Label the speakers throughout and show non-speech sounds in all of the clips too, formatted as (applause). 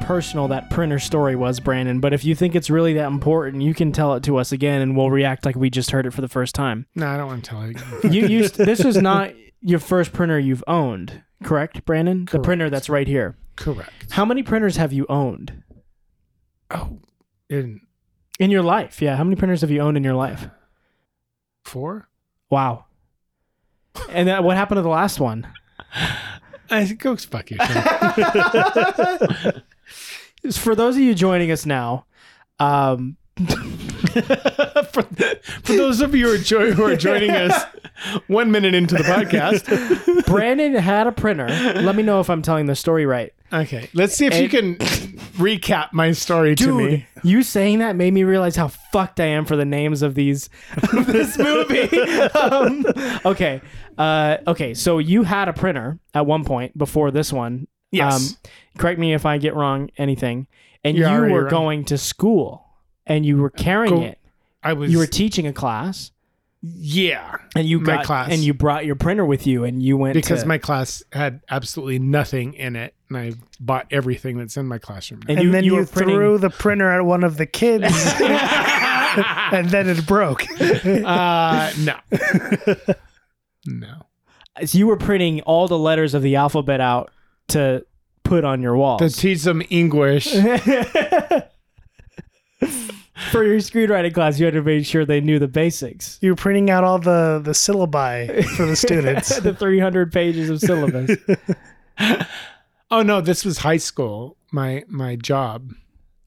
Speaker 1: personal that printer story was, Brandon, but if you think it's really that important, you can tell it to us again and we'll react like we just heard it for the first time.
Speaker 2: No, I don't want to tell you.
Speaker 1: You used this is not your first printer you've owned, correct, Brandon? The printer
Speaker 2: Correct.
Speaker 1: that's right here.
Speaker 2: Correct.
Speaker 1: How many printers have you owned
Speaker 2: Oh, in
Speaker 1: in your life? Yeah, how many printers have you owned in your life?
Speaker 2: four?
Speaker 1: Wow. And that, what happened to the last one?
Speaker 2: I go fuck yourself. (laughs)
Speaker 1: For those of you joining us now, um,
Speaker 2: for, for those of you who are, jo- who are (laughs) joining us one minute into the podcast,
Speaker 1: Brandon had a printer. Let me know if I'm telling the story right.
Speaker 2: okay, let's see if you can recap my story to
Speaker 1: Dude,
Speaker 2: me.
Speaker 1: you saying that made me realize how fucked I am for the names of these (laughs) of this
Speaker 2: (laughs)
Speaker 1: movie. um, okay, uh, okay. So you had a printer at one point before this one. Um,
Speaker 2: Yes.
Speaker 1: correct me if I get wrong anything. And
Speaker 2: You're
Speaker 1: you
Speaker 2: already
Speaker 1: were
Speaker 2: wrong.
Speaker 1: going to school, and you were carrying
Speaker 2: Go-
Speaker 1: it.
Speaker 2: I was,
Speaker 1: You were teaching a class,
Speaker 2: yeah,
Speaker 1: and you
Speaker 2: My
Speaker 1: got
Speaker 2: class.
Speaker 1: and you brought your printer with you, and you went (laughs)
Speaker 2: because
Speaker 1: to,
Speaker 2: my class had absolutely nothing in it, and I bought everything that's in my classroom. now.
Speaker 1: and,
Speaker 3: and
Speaker 1: you,
Speaker 3: then
Speaker 1: you
Speaker 3: you,
Speaker 1: were printing-
Speaker 3: threw the printer at one of
Speaker 2: (laughs)
Speaker 3: the kids, and then it broke.
Speaker 2: Uh, (laughs) (laughs) no, no.
Speaker 1: so you were printing all the letters of the alphabet out to put on your wall
Speaker 2: To teach them English.
Speaker 1: for your screenwriting class you had to make sure they knew the basics
Speaker 3: you were printing out all the the syllabi for
Speaker 2: (laughs)
Speaker 3: the students.
Speaker 1: (laughs) the 300 pages of syllabus
Speaker 2: Oh no, this was high school. My my job.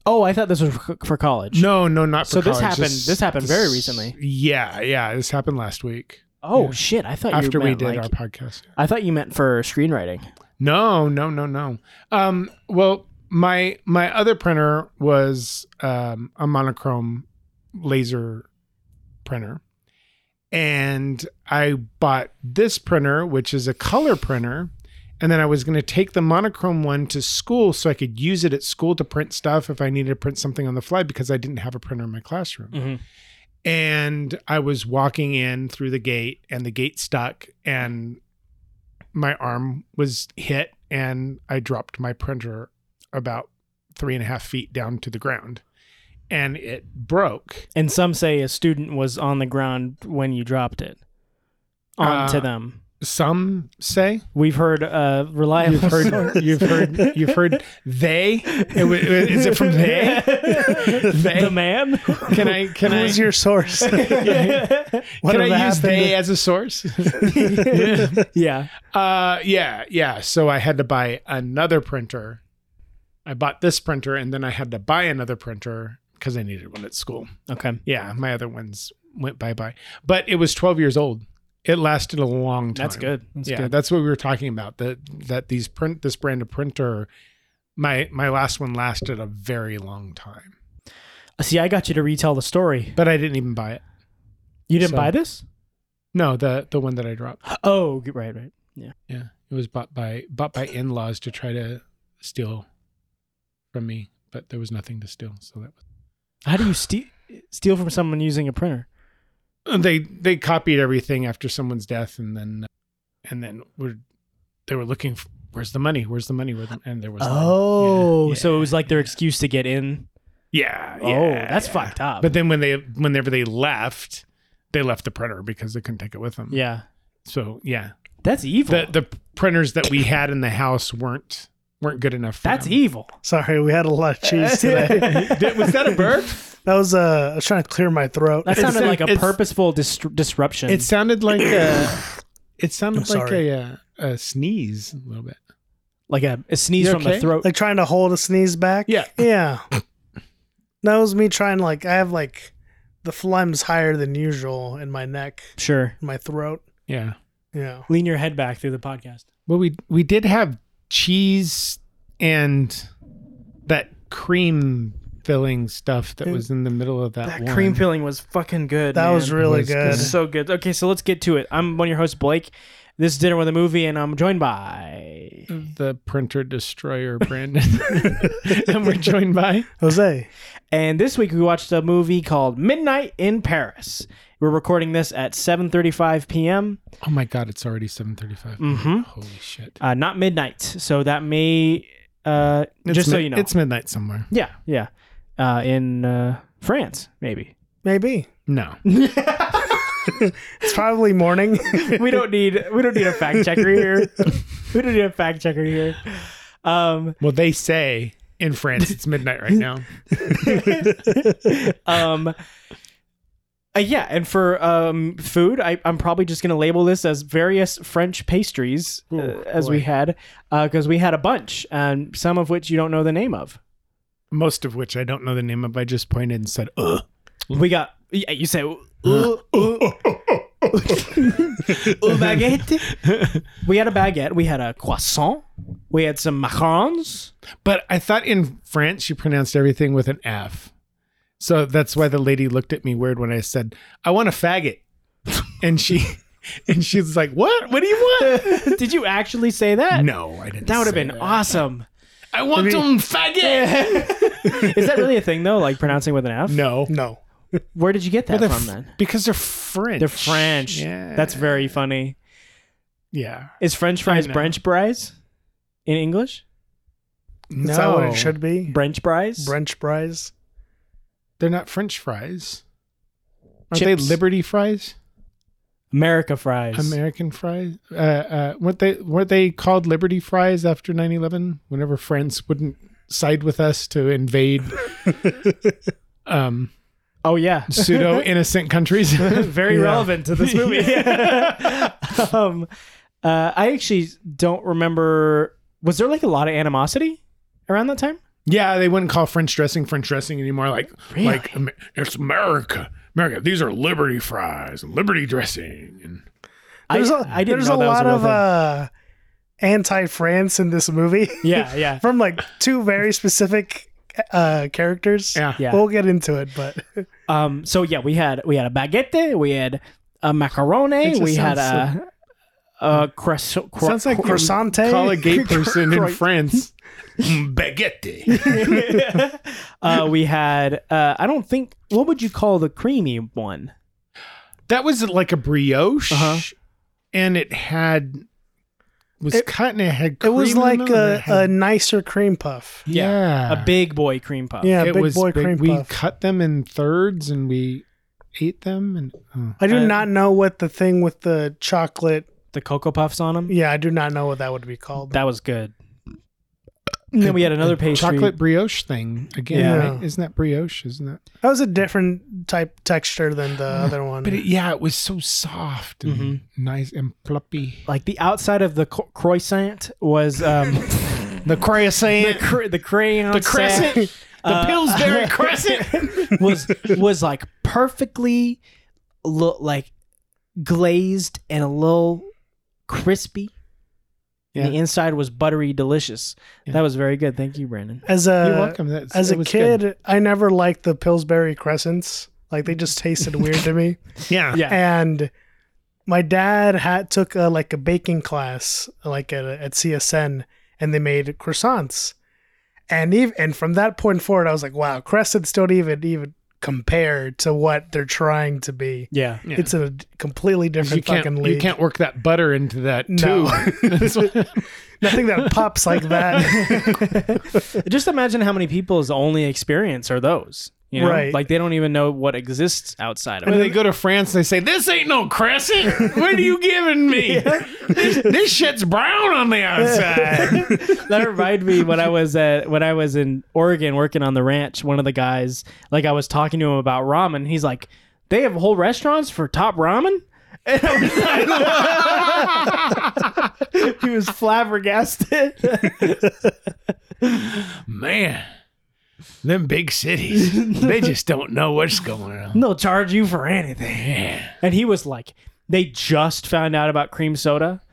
Speaker 1: oh i thought this was for for college
Speaker 2: No, no, not for
Speaker 1: So this
Speaker 2: college.
Speaker 1: happened- this happened very recently.
Speaker 2: Yeah, yeah, this happened last week
Speaker 1: oh
Speaker 2: Yeah.
Speaker 1: shit i thought
Speaker 2: after
Speaker 1: you
Speaker 2: we
Speaker 1: meant,
Speaker 2: did
Speaker 1: like-
Speaker 2: our podcast.
Speaker 1: i thought you meant for screenwriting
Speaker 2: No, no, no, no. Um, well, my my other printer was um, a monochrome laser printer, and I bought this printer, which is a color printer. And then I was going to take the monochrome one to school so I could use it at school to print stuff if I needed to print something on the fly because I didn't have a printer in my classroom.
Speaker 1: Mhm.
Speaker 2: And I was walking in through the gate and the gate stuck and my arm was hit and I dropped my printer about three and a half feet down to the ground and it broke.
Speaker 1: and some say a student was on the ground when you dropped it onto
Speaker 2: Uh,
Speaker 1: them
Speaker 2: Some
Speaker 3: (laughs)
Speaker 2: say
Speaker 1: we've heard uh reliable
Speaker 2: you've heard you've heard you've heard they. It wa- is it from (laughs)
Speaker 1: (laughs)
Speaker 2: they? They?
Speaker 1: the
Speaker 2: (laughs)
Speaker 1: man
Speaker 2: Can I can
Speaker 3: Who
Speaker 2: I
Speaker 3: was your
Speaker 2: (laughs)
Speaker 3: source? What
Speaker 2: can
Speaker 3: have
Speaker 2: I use
Speaker 3: happened?
Speaker 2: they as a
Speaker 3: (laughs)
Speaker 2: source?
Speaker 1: yeah
Speaker 2: Uh, yeah, yeah. So I had to buy another printer. I bought this printer, and then I had to buy another printer because I needed one at school.
Speaker 1: okay
Speaker 2: Yeah, my other ones went bye bye. But it was 12 years old. It lasted a long time.
Speaker 1: that's good that's
Speaker 2: yeah,
Speaker 1: good
Speaker 2: that's what we were talking about. That that these print this brand of printer, my my last one lasted a very long time.
Speaker 1: See, I got you to retell the story.
Speaker 2: But I didn't even buy it.
Speaker 1: You didn't
Speaker 2: So-
Speaker 1: buy this?
Speaker 2: No, the the one that I dropped.
Speaker 1: Oh, g- right, right.
Speaker 2: Yeah, it was bought by bought by in laws to try to steal from me, but there was nothing to steal. So that
Speaker 1: How do you steal steal from someone using a printer?
Speaker 2: was they they copied everything after someone's death, and then and then were they were looking for, where's the money? Where's the money? Where the, and there was none. Yeah, yeah,
Speaker 1: Oh, so it was like their excuse to get in.
Speaker 2: yeah,
Speaker 1: oh,
Speaker 2: yeah,
Speaker 1: that's
Speaker 2: yeah.
Speaker 1: fucked up.
Speaker 2: But then when they whenever they left, they left the printer because they couldn't take it with them.
Speaker 1: yeah,
Speaker 2: So yeah,
Speaker 1: that's evil.
Speaker 2: the the printers that we had in the house weren't weren't good enough. For
Speaker 1: that's
Speaker 2: (laughs) them.
Speaker 1: evil.
Speaker 3: Sorry, we had a lot of
Speaker 2: (laughs)
Speaker 3: cheese today.
Speaker 2: Did- was that a burp?
Speaker 3: That was uh, I was trying to clear my throat.
Speaker 1: That
Speaker 2: It's-
Speaker 1: sounded like a
Speaker 2: it's-
Speaker 1: purposeful dis- disruption.
Speaker 2: (laughs) It sounded like a. It sounded
Speaker 3: I'm
Speaker 2: like
Speaker 3: sorry.
Speaker 2: a, uh, a sneeze a little bit.
Speaker 1: like a, a sneeze
Speaker 2: You
Speaker 1: from
Speaker 2: okay?
Speaker 1: the throat.
Speaker 3: like trying to hold a sneeze back.
Speaker 2: Yeah.
Speaker 3: Yeah. that was me trying like I have like the phlegm's higher than usual in my neck,
Speaker 1: sure.
Speaker 3: my throat.
Speaker 2: Yeah.
Speaker 3: Yeah.
Speaker 1: Lean your head back through the podcast.
Speaker 2: Well, we we did have cheese and that cream filling stuff that was in the middle of that.
Speaker 1: That
Speaker 2: one.
Speaker 1: cream filling was fucking good.
Speaker 3: That was
Speaker 1: man.
Speaker 3: really
Speaker 2: was
Speaker 3: good.
Speaker 2: good.
Speaker 1: so good. Okay, so let's get to it. I'm one of your hosts, Blake. This is Dinner with a Movie, and I'm joined by
Speaker 2: The printer destroyer, Brandon, (laughs) and we're joined by
Speaker 3: Jose.
Speaker 1: And this week we watched a movie called Midnight in Paris. We're recording this at 7:35 p.m.
Speaker 2: oh my god, it's already seven thirty-five.
Speaker 1: Mm-hmm.
Speaker 2: Holy shit!
Speaker 1: Uh, not midnight, so that may Uh,
Speaker 2: It's
Speaker 1: just so
Speaker 2: mid-
Speaker 1: you know,
Speaker 2: It's midnight somewhere.
Speaker 1: yeah, yeah, uh, in uh, France
Speaker 2: (laughs)
Speaker 1: maybe.
Speaker 3: Maybe.
Speaker 2: No.
Speaker 3: It's
Speaker 2: (laughs)
Speaker 3: probably morning.
Speaker 1: we don't need we don't need a fact checker here. we don't need a fact checker here. Um,
Speaker 2: Well, they say in France it's midnight right now.
Speaker 1: um, uh, yeah, and for um, food, I, I'm probably just gonna label this as various French pastries uh,
Speaker 2: Ooh,
Speaker 1: as we
Speaker 2: boy.
Speaker 1: had because we had a bunch, and some of which you don't know the name of.
Speaker 2: Most of which I don't know the name of. I just pointed and said, "Uh, "Ugh." Mm.
Speaker 1: We got yeah, you say
Speaker 2: uh,
Speaker 1: "Ooh, ooh, ooh,
Speaker 2: (laughs)
Speaker 1: baguette. We had a baguette. We had a croissant. We had some
Speaker 2: (laughs)
Speaker 1: macarons.
Speaker 2: But I thought in France you pronounced everything with an F. So that's why the lady looked at me weird when I said, I want a faggot. (laughs) And she (laughs) and she's like, What? What do you
Speaker 1: (laughs)
Speaker 2: want?
Speaker 1: Did you actually say that?
Speaker 2: No, I didn't.
Speaker 1: That would have
Speaker 2: say
Speaker 1: been
Speaker 2: that.
Speaker 1: awesome.
Speaker 2: I want some
Speaker 1: (laughs)
Speaker 2: faggot.
Speaker 1: Is that really a thing though? Like pronouncing with an F?
Speaker 2: No.
Speaker 3: no.
Speaker 1: Where did you get that
Speaker 2: They're
Speaker 1: from
Speaker 2: f-
Speaker 1: then?
Speaker 2: Because they're French.
Speaker 1: They're French.
Speaker 2: Yeah.
Speaker 1: That's very funny.
Speaker 2: yeah.
Speaker 1: Is French fries
Speaker 2: know.
Speaker 1: French fries in English?
Speaker 2: No.
Speaker 3: Is that what it should be?
Speaker 1: French fries?
Speaker 3: French fries.
Speaker 2: They're not French fries. Aren't they
Speaker 1: Chips.
Speaker 2: Liberty fries?
Speaker 1: America fries.
Speaker 2: American fries? Uh, uh, weren't they weren't they called Liberty fries after 9-11? Whenever France wouldn't side with us to (laughs) invade um,
Speaker 1: oh yeah.
Speaker 2: pseudo innocent countries. (laughs)
Speaker 1: (laughs) very
Speaker 2: Yeah.
Speaker 1: relevant to this (laughs) movie. um, uh, I actually don't remember. Was there like a lot of animosity around that time?
Speaker 2: Yeah, they wouldn't call French dressing French dressing anymore. Like like Amer- it's America. America. These are Liberty fries and Liberty dressing. And
Speaker 3: There's a
Speaker 1: I, I didn't
Speaker 3: there's
Speaker 1: know
Speaker 3: a
Speaker 1: that was
Speaker 3: lot
Speaker 1: real
Speaker 3: of
Speaker 1: thing.
Speaker 3: uh, anti-France in this movie.
Speaker 1: (laughs) yeah, yeah.
Speaker 3: (laughs) From like two very specific uh, characters.
Speaker 2: yeah.
Speaker 1: Yeah.
Speaker 3: We'll get into it,
Speaker 1: (laughs)
Speaker 3: but
Speaker 1: Um, so yeah, we had we had a baguette, we had a
Speaker 2: It
Speaker 1: macaroni,
Speaker 2: just
Speaker 1: we had
Speaker 2: sounds
Speaker 1: a a croissant. cro-
Speaker 2: Sounds like
Speaker 3: croissant.
Speaker 2: call a
Speaker 3: (laughs)
Speaker 2: gay person (laughs) in
Speaker 1: Croissant.
Speaker 2: France. (laughs) Baguette.
Speaker 1: (laughs) uh, we had uh, I don't think what would you call the creamy one?
Speaker 2: That was like a brioche,
Speaker 1: Uh-huh.
Speaker 2: and it had was
Speaker 3: It-
Speaker 2: cut and it had.
Speaker 3: It
Speaker 2: Cream
Speaker 3: was
Speaker 2: in
Speaker 3: like
Speaker 2: it, and
Speaker 3: a,
Speaker 2: it had-
Speaker 3: a nicer cream puff.
Speaker 2: yeah,
Speaker 1: A big boy cream puff.
Speaker 3: Yeah,
Speaker 2: it
Speaker 3: big
Speaker 2: was
Speaker 3: boy
Speaker 2: big.
Speaker 3: cream
Speaker 2: we
Speaker 3: puff.
Speaker 2: cut them in thirds and we ate them and oh.
Speaker 3: I do
Speaker 1: uh,
Speaker 3: not know what the thing with the chocolate.
Speaker 1: the cocoa puffs on them.
Speaker 3: Yeah, I do not know what that would be called.
Speaker 1: That was good.
Speaker 2: Mm-hmm.
Speaker 1: And then we had another pastry.
Speaker 2: chocolate brioche thing again.
Speaker 1: Yeah.
Speaker 2: Right? Isn't that brioche? Isn't that?
Speaker 3: That was a different type texture
Speaker 1: (laughs)
Speaker 3: than the other one. (laughs)
Speaker 2: But it, yeah, it was so soft and
Speaker 1: Mhm.
Speaker 2: nice and fluffy.
Speaker 1: Like the outside of the co- croissant was
Speaker 2: (laughs)
Speaker 1: um, the,
Speaker 2: The crescent,
Speaker 1: cr- the crayon,
Speaker 2: the
Speaker 1: sack.
Speaker 2: crescent, the
Speaker 3: (laughs)
Speaker 1: Uh,
Speaker 2: Pillsbury crescent.
Speaker 1: was was like perfectly lo- like glazed and a little crispy.
Speaker 2: Yeah.
Speaker 1: And the inside was buttery delicious.
Speaker 2: Yeah.
Speaker 1: That was very good. Thank you, Brandon.
Speaker 3: as
Speaker 2: You're
Speaker 3: a
Speaker 2: welcome. That's,
Speaker 3: Uh, as
Speaker 2: it
Speaker 3: a
Speaker 2: was
Speaker 3: kid,
Speaker 2: good.
Speaker 3: I never liked the Pillsbury crescents. Like they
Speaker 2: (laughs)
Speaker 3: just tasted weird to me.
Speaker 2: yeah,
Speaker 3: And my dad had took a, like a baking class like at, at CSN, and they made croissants. And even and from that point forward, I was like, wow, crescents don't even even compare to what they're trying to be.
Speaker 1: Yeah.
Speaker 2: Yeah.
Speaker 3: It's a completely
Speaker 2: you
Speaker 3: different fucking
Speaker 2: can't,
Speaker 3: league. (laughs)
Speaker 2: you can't work that butter into that
Speaker 3: No.
Speaker 2: tube. (laughs)
Speaker 1: (laughs)
Speaker 2: That's what-
Speaker 3: Nothing that pops
Speaker 2: (laughs)
Speaker 3: like that.
Speaker 1: (laughs) Just imagine how many people's only experience are those. You know,
Speaker 3: Right.
Speaker 1: like they don't even know what exists outside of
Speaker 2: when
Speaker 1: it.
Speaker 2: they go to France, they say, "This ain't no crescent. What are you
Speaker 1: (laughs)
Speaker 2: giving me? This, this shit's brown on the
Speaker 1: (laughs)
Speaker 2: outside."
Speaker 1: that reminded me when I was at when I was in Oregon working on the ranch. One of the guys, like I was talking to him about ramen. He's like, "They have whole restaurants for top ramen." (laughs) And I was like- (laughs) he was flabbergasted.
Speaker 2: Man, them big cities, they just don't know what's going on.
Speaker 1: (laughs) They'll charge you for anything.
Speaker 2: Yeah.
Speaker 1: And he was like, "They just found out about cream soda." (laughs)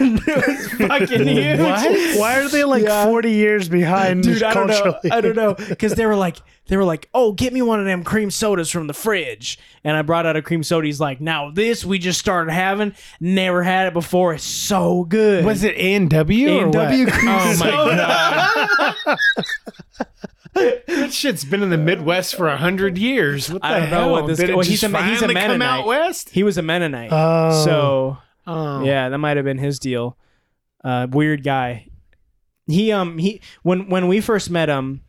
Speaker 1: And it was fucking (laughs) huge.
Speaker 3: Why are they like
Speaker 1: Yeah.
Speaker 3: 40 years behind
Speaker 1: Dude, I don't know.
Speaker 3: culturally?
Speaker 1: I don't
Speaker 2: (laughs)
Speaker 1: know because they were like, they were like, oh, get me one of them cream sodas from the fridge, and I brought out a cream soda. He's like, now this we just started having, never had it before. It's so good.
Speaker 2: Was it A and W or
Speaker 1: A&W
Speaker 2: what?
Speaker 1: cream
Speaker 2: Oh my
Speaker 1: soda.
Speaker 2: god. That shit's been in the Midwest for a hundred years. What the
Speaker 1: I don't know
Speaker 2: hell?
Speaker 1: what this-
Speaker 2: Did it
Speaker 1: well, he's
Speaker 2: just
Speaker 1: a- he's a
Speaker 2: finally come out
Speaker 1: Mennonite.
Speaker 2: west?
Speaker 1: He was a Mennonite, (laughs)
Speaker 3: Oh.
Speaker 1: so
Speaker 2: Oh.
Speaker 1: yeah, that might have been his deal. Uh, weird guy. he um he when when we first met him,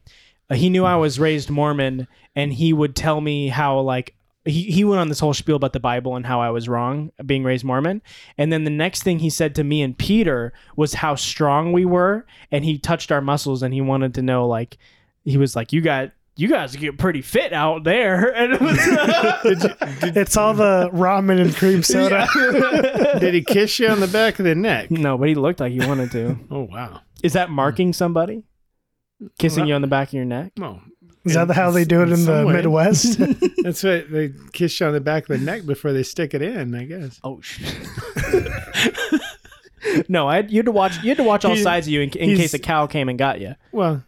Speaker 1: uh, he knew I was raised Mormon, and he would tell me how like. He, he went on this whole spiel about the Bible and how I was wrong being raised Mormon. And then the next thing he said to me and Peter was how strong we were. And he touched our muscles and he wanted to know, like, he was like, You got, you guys get pretty fit out there. (laughs) And it was, uh,
Speaker 3: It's all the ramen and cream soda.
Speaker 2: (laughs) Did he kiss you on the back of
Speaker 1: (laughs)
Speaker 2: the neck?
Speaker 1: no, but he looked like he wanted to.
Speaker 2: Oh wow.
Speaker 1: Is that marking somebody? Kissing
Speaker 2: Well,
Speaker 1: you on the back of your neck?
Speaker 2: Well,
Speaker 3: Is that how they do it in the
Speaker 2: some way. (laughs)
Speaker 3: Midwest?
Speaker 2: That's right. They kiss you on the back of the neck before they stick it in. I guess.
Speaker 1: Oh shit. (laughs) no, I you had to watch you had to watch all
Speaker 2: He-
Speaker 1: sides of you in, in
Speaker 2: he's-
Speaker 1: case a cow came and got you.
Speaker 2: Well,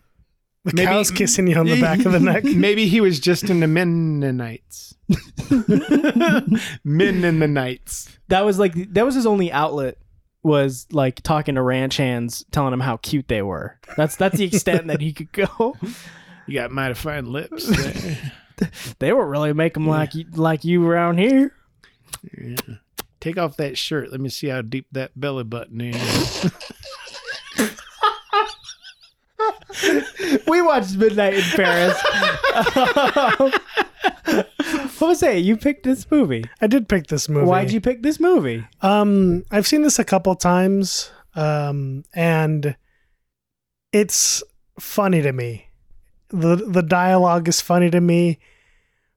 Speaker 3: The
Speaker 2: Maybe-
Speaker 3: cow's kissing you on the back of the neck.
Speaker 2: Maybe he was just in the Mennonites. (laughs) Men in the nights.
Speaker 1: That was like that was his only outlet was like talking to ranch hands, telling them how cute they were. That's that's the extent that he could go. (laughs)
Speaker 2: You got mighty fine lips. there.
Speaker 1: They were really make them like you, like you around here.
Speaker 2: Take off that shirt. Let me see how deep that belly button is.
Speaker 1: We watched Midnight in (laughs) Paris. Jose, you picked this movie.
Speaker 3: I did pick this movie.
Speaker 1: Why'd you pick this movie?
Speaker 3: Um, I've seen this a couple times, um, and it's funny to me. the The dialogue is funny to me,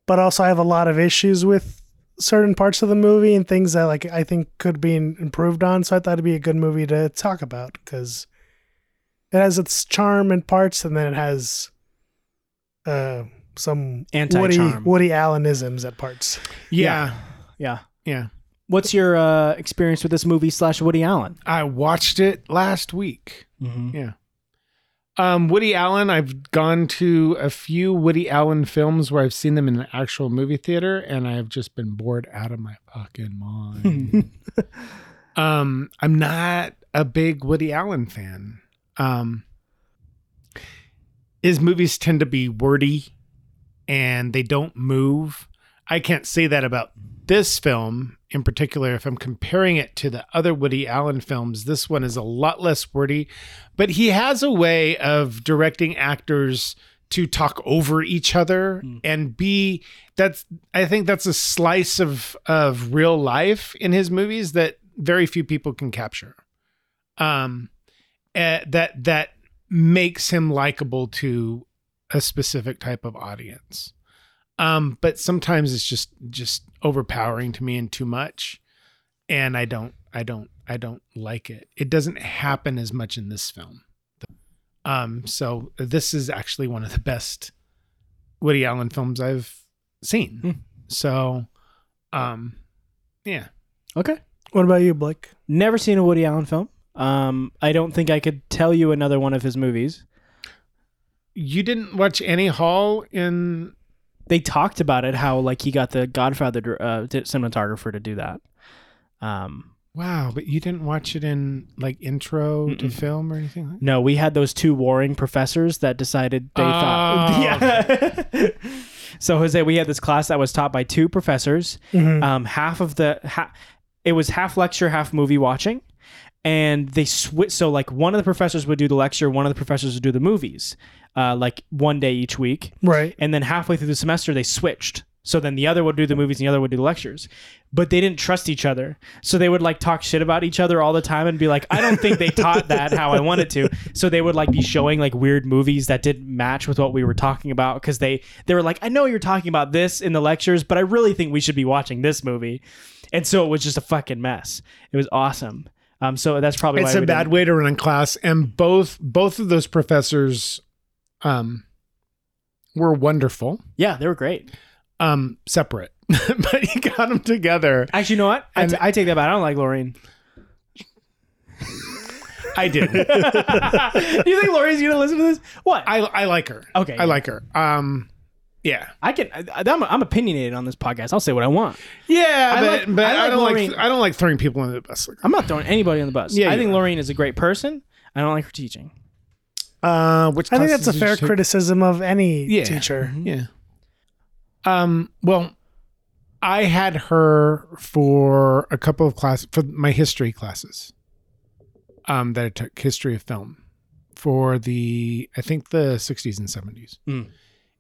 Speaker 3: but also I have a lot of issues with certain parts of the movie and things that like I think could be in- improved on. So I thought it'd be a good movie to talk about because it has its charm and parts, and then it has uh, some Woody
Speaker 1: Anti-charm.
Speaker 3: Woody Allenisms at parts.
Speaker 2: Yeah.
Speaker 1: Yeah.
Speaker 2: Yeah.
Speaker 1: What's your uh, experience with this movie slash Woody Allen?
Speaker 2: I watched it last week.
Speaker 1: Mm-hmm.
Speaker 2: Yeah. Um, Woody Allen, I've gone to a few Woody Allen films where I've seen them in an actual movie theater, and I have just been bored out of my fucking
Speaker 1: (laughs)
Speaker 2: mind. um, I'm not a big Woody Allen fan. Um, his movies tend to be wordy and they don't move. I can't say that about this film in particular. If I'm comparing it to the other Woody Allen films, this one is a lot less wordy, but he has a way of directing actors to talk over each other and be that's I think that's a slice of of real life in his movies that very few people can capture. Um eh, that that makes him likable to a specific type of audience um but sometimes it's just just overpowering to me and too much and i don't i don't i don't like it it doesn't happen as much in this film um so this is actually one of the best woody allen films i've seen
Speaker 1: Hmm.
Speaker 2: so um yeah
Speaker 1: Okay.
Speaker 3: What about you, Blake?
Speaker 1: (laughs) Never seen a Woody Allen film. Um, I don't think I could tell you another one of his movies.
Speaker 2: you didn't watch any hall in
Speaker 1: They talked about it how like he got the Godfather uh, di- cinematographer to do that. Um,
Speaker 2: wow but you didn't watch it in like intro to
Speaker 1: Mm-mm.
Speaker 2: film or anything like that
Speaker 1: no, we had those two warring professors that decided they thought. (laughs)
Speaker 2: Oh,
Speaker 1: Yeah. so Jose, we had this class that was taught by two professors.
Speaker 3: Mm-hmm.
Speaker 1: um, half of the ha- it was half lecture half movie watching and they switch so like one of the professors would do the lecture one of the professors would do the movies uh, like one day each week
Speaker 3: Right.
Speaker 1: and then halfway through the semester they switched so then the other would do the movies and the other would do the lectures but they didn't trust each other so they would like talk shit about each other all the time and be like i don't think they
Speaker 2: (laughs)
Speaker 1: taught that how i wanted to so they would like be showing like weird movies that didn't match with what we were talking about because they they were like i know you're talking about this in the lectures but i really think we should be watching this movie and so it was just a fucking mess it was awesome um so that's probably
Speaker 2: it's
Speaker 1: why
Speaker 2: a
Speaker 1: we
Speaker 2: bad
Speaker 1: didn't-
Speaker 2: way to run a class and both both of those professors um were wonderful
Speaker 1: yeah they were great
Speaker 2: um separate (laughs) but he got them together
Speaker 1: actually you know what I
Speaker 2: And-
Speaker 1: t- I take that back i don't like lorraine
Speaker 2: i did
Speaker 1: Do (laughs) you think Lori's gonna listen to this? What? I,
Speaker 2: i i like her
Speaker 1: Okay.
Speaker 2: i like her um yeah
Speaker 1: can. I, I'm, I'm opinionated on this podcast. I'll say what I want.
Speaker 2: yeah
Speaker 1: I
Speaker 2: but,
Speaker 1: like-
Speaker 2: but
Speaker 1: I
Speaker 2: I,
Speaker 1: like
Speaker 2: don't
Speaker 1: Lorraine.
Speaker 2: like i don't like throwing people in the bus
Speaker 1: I'm not throwing anybody on the bus.
Speaker 2: Yeah,
Speaker 1: I
Speaker 2: you
Speaker 1: think
Speaker 2: are.
Speaker 1: Lorraine is a great person. I don't like her teaching.
Speaker 2: uh which
Speaker 3: I think
Speaker 2: classes
Speaker 3: that's a
Speaker 2: did you
Speaker 3: fair
Speaker 2: take?
Speaker 3: criticism of any
Speaker 2: Yeah.
Speaker 3: teacher. (laughs)
Speaker 1: Mm-hmm.
Speaker 2: Yeah. Um. Well, I had her for a couple of class for my history classes. Um, that I took history of film for the I think the 60s and 70s.
Speaker 1: Mm.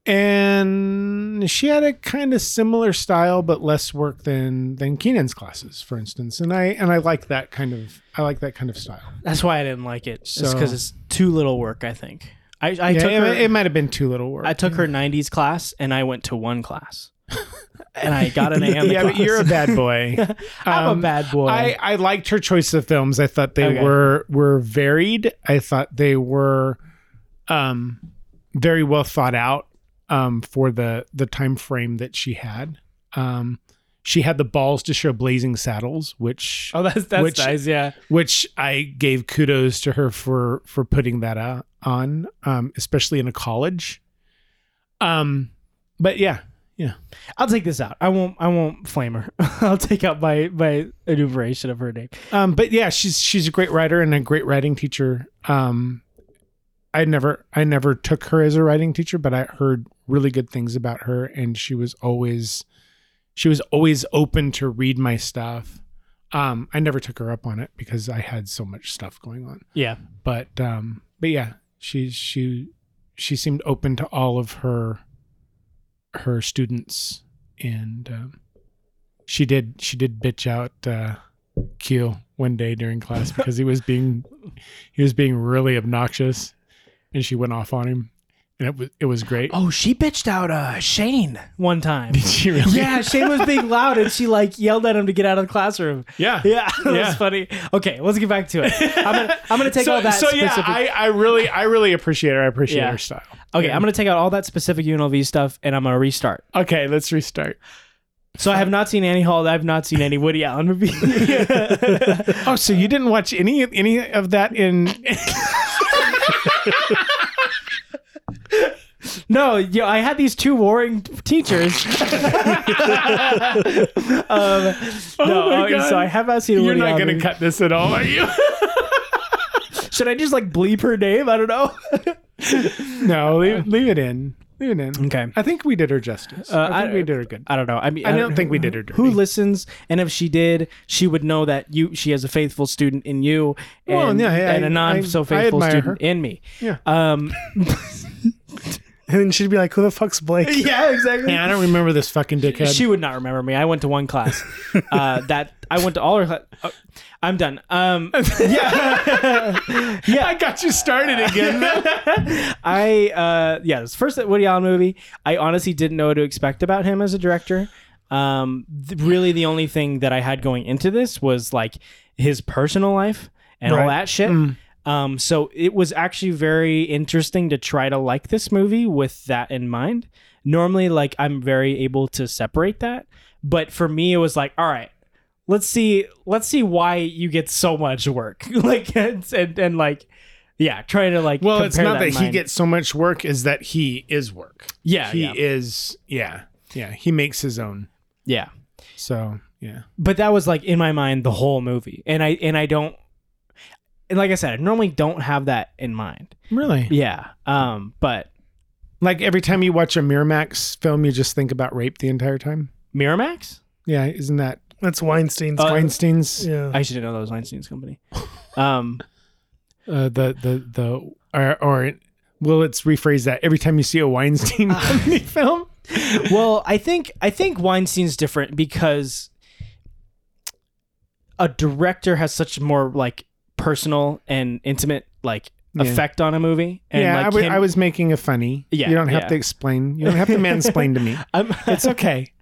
Speaker 2: And she had a kind of similar style but less work than than Keenan's classes, for instance. And I and I like that kind of I like that kind of style.
Speaker 1: That's why I didn't like it. It's
Speaker 2: So-
Speaker 1: because it's too little work. I think. I, I
Speaker 2: Yeah,
Speaker 1: took
Speaker 2: it,
Speaker 1: her,
Speaker 2: it might have been too little work.
Speaker 1: I took her '90s class, and I went to one class, (laughs) and I got an A. (laughs) on the
Speaker 2: (laughs) yeah, but
Speaker 1: class.
Speaker 2: you're a bad boy.
Speaker 1: (laughs) I'm
Speaker 2: um,
Speaker 1: a bad boy.
Speaker 2: I, I liked her choice of films. I thought they
Speaker 1: Okay.
Speaker 2: were were varied. I thought they were um very well thought out um for the the time frame that she had. Um she had the balls to show Blazing Saddles, which
Speaker 1: oh, that's that's
Speaker 2: which-
Speaker 1: nice. Yeah.
Speaker 2: which I gave kudos to her for for putting that uh, on, um, especially in a college. Um, but yeah,
Speaker 1: I'll take this out. I won't. I won't flame her. (laughs) I'll take out my my enumeration of her name.
Speaker 2: Um, but yeah, she's she's a great writer and a great writing teacher. Um, I never I never took her as a writing teacher, but I heard really good things about her, and she was always she was always open to read my stuff. Um, I never took her up on it because I had so much stuff going on.
Speaker 1: Yeah.
Speaker 2: But um, but yeah, she she she seemed open to all of her her students, and um, she did she did bitch out. Uh, Q one day
Speaker 1: (laughs)
Speaker 2: during class because he was being he was being really obnoxious, and she went off on him, and it was it was great.
Speaker 1: Oh, she bitched out uh, Shane one time. (laughs)
Speaker 2: Did she really?
Speaker 1: yeah, Shane was being loud, and she like yelled at him to get out of the classroom. (laughs)
Speaker 2: yeah.
Speaker 1: Yeah, that
Speaker 2: Yeah.
Speaker 1: was funny. Okay, let's get back to it. I'm gonna, I'm gonna take
Speaker 2: so
Speaker 1: all that.
Speaker 2: so yeah,
Speaker 1: specific-
Speaker 2: I, I really I really appreciate her. I appreciate
Speaker 1: Yeah.
Speaker 2: her style.
Speaker 1: okay, I'm gonna take out all that specific UNLV stuff, and I'm gonna restart.
Speaker 2: Okay, let's restart.
Speaker 1: So I have not seen Annie Hall. I've not seen any Woody Allen movie. (laughs)
Speaker 2: Oh, so
Speaker 1: Uh,
Speaker 2: you didn't watch any any of that in?
Speaker 1: (laughs) no, yo, I had these two warring teachers. um, no,
Speaker 2: Oh my
Speaker 1: uh,
Speaker 2: God.
Speaker 1: so I have not seen. a
Speaker 2: You're
Speaker 1: Woody
Speaker 2: not
Speaker 1: Allen
Speaker 2: going to
Speaker 1: movie.
Speaker 2: cut this at all, are you?
Speaker 1: Should I just like bleep her name? I don't know.
Speaker 2: (laughs) no, leave, leave it in. Leave it in.
Speaker 1: Okay.
Speaker 2: I think we did her justice.
Speaker 1: Uh,
Speaker 2: I think
Speaker 1: I-
Speaker 2: we did her good.
Speaker 1: I don't know. I mean,
Speaker 2: (laughs) I don't think we did her
Speaker 1: Who
Speaker 2: dirty.
Speaker 1: listens? And if she did, she would know that you. She has a faithful student in you, and,
Speaker 2: Well, yeah, yeah,
Speaker 1: and
Speaker 2: I-
Speaker 1: a
Speaker 2: I-
Speaker 1: non
Speaker 2: I
Speaker 1: so faithful
Speaker 2: admire
Speaker 1: student
Speaker 2: her.
Speaker 1: in me.
Speaker 2: Yeah. (laughs)
Speaker 1: Um.
Speaker 3: And then she'd be like, "Who the fuck's Blake?"
Speaker 2: (laughs)
Speaker 1: yeah. Exactly.
Speaker 2: Man, I don't remember this fucking dickhead.
Speaker 1: (laughs) She would not remember me. I went to one
Speaker 2: (laughs)
Speaker 1: class. uh, that I went to all her. Cla- oh, I'm done. Um. Yeah. yeah.
Speaker 2: I got you started again.
Speaker 1: (laughs) I uh yeah, this first Woody Allen movie, I honestly didn't know what to expect about him as a director. Um th- really the only thing that I had going into this was like his personal life and all
Speaker 2: Right.
Speaker 1: that shit. Um so it was actually very interesting to try to like this movie with that in mind. Normally like I'm very able to separate that, but for me it was like all right, let's see let's see why you get so much work. (laughs) like and, and and like yeah, trying to like
Speaker 2: (laughs) Well, it's
Speaker 1: compare
Speaker 2: not
Speaker 1: in
Speaker 2: that, he
Speaker 1: mind.
Speaker 2: gets so much work; is that he is work.
Speaker 1: Yeah,
Speaker 2: he
Speaker 1: yeah.
Speaker 2: is. Yeah, yeah. He makes his own.
Speaker 1: Yeah.
Speaker 2: So yeah,
Speaker 1: But that was like in my mind the whole movie. And I and I don't and like I said, I normally don't have that in mind.
Speaker 2: really.
Speaker 1: Yeah. Um, but
Speaker 2: Like every time you watch a Miramax film, you just think about rape the entire time.
Speaker 1: Miramax?
Speaker 2: Yeah, isn't that
Speaker 3: That's Weinstein's.
Speaker 1: Uh,
Speaker 2: Weinstein's?
Speaker 3: yeah.
Speaker 1: I should not know that was Weinstein's company. Um
Speaker 2: Uh, the the the or, or well, let's rephrase that. Every time you see
Speaker 1: (laughs)
Speaker 2: a Weinstein (laughs) company film,
Speaker 1: well, I think I think Weinstein's different because a director has such more like personal and intimate like
Speaker 2: Yeah.
Speaker 1: effect on a movie. And
Speaker 2: yeah,
Speaker 1: like
Speaker 2: I, was,
Speaker 1: him-
Speaker 2: I was making a funny.
Speaker 1: Yeah,
Speaker 2: you don't have
Speaker 1: yeah.
Speaker 2: to explain. You don't have to mansplain
Speaker 1: (laughs)
Speaker 2: to me.
Speaker 1: I'm,
Speaker 2: It's okay.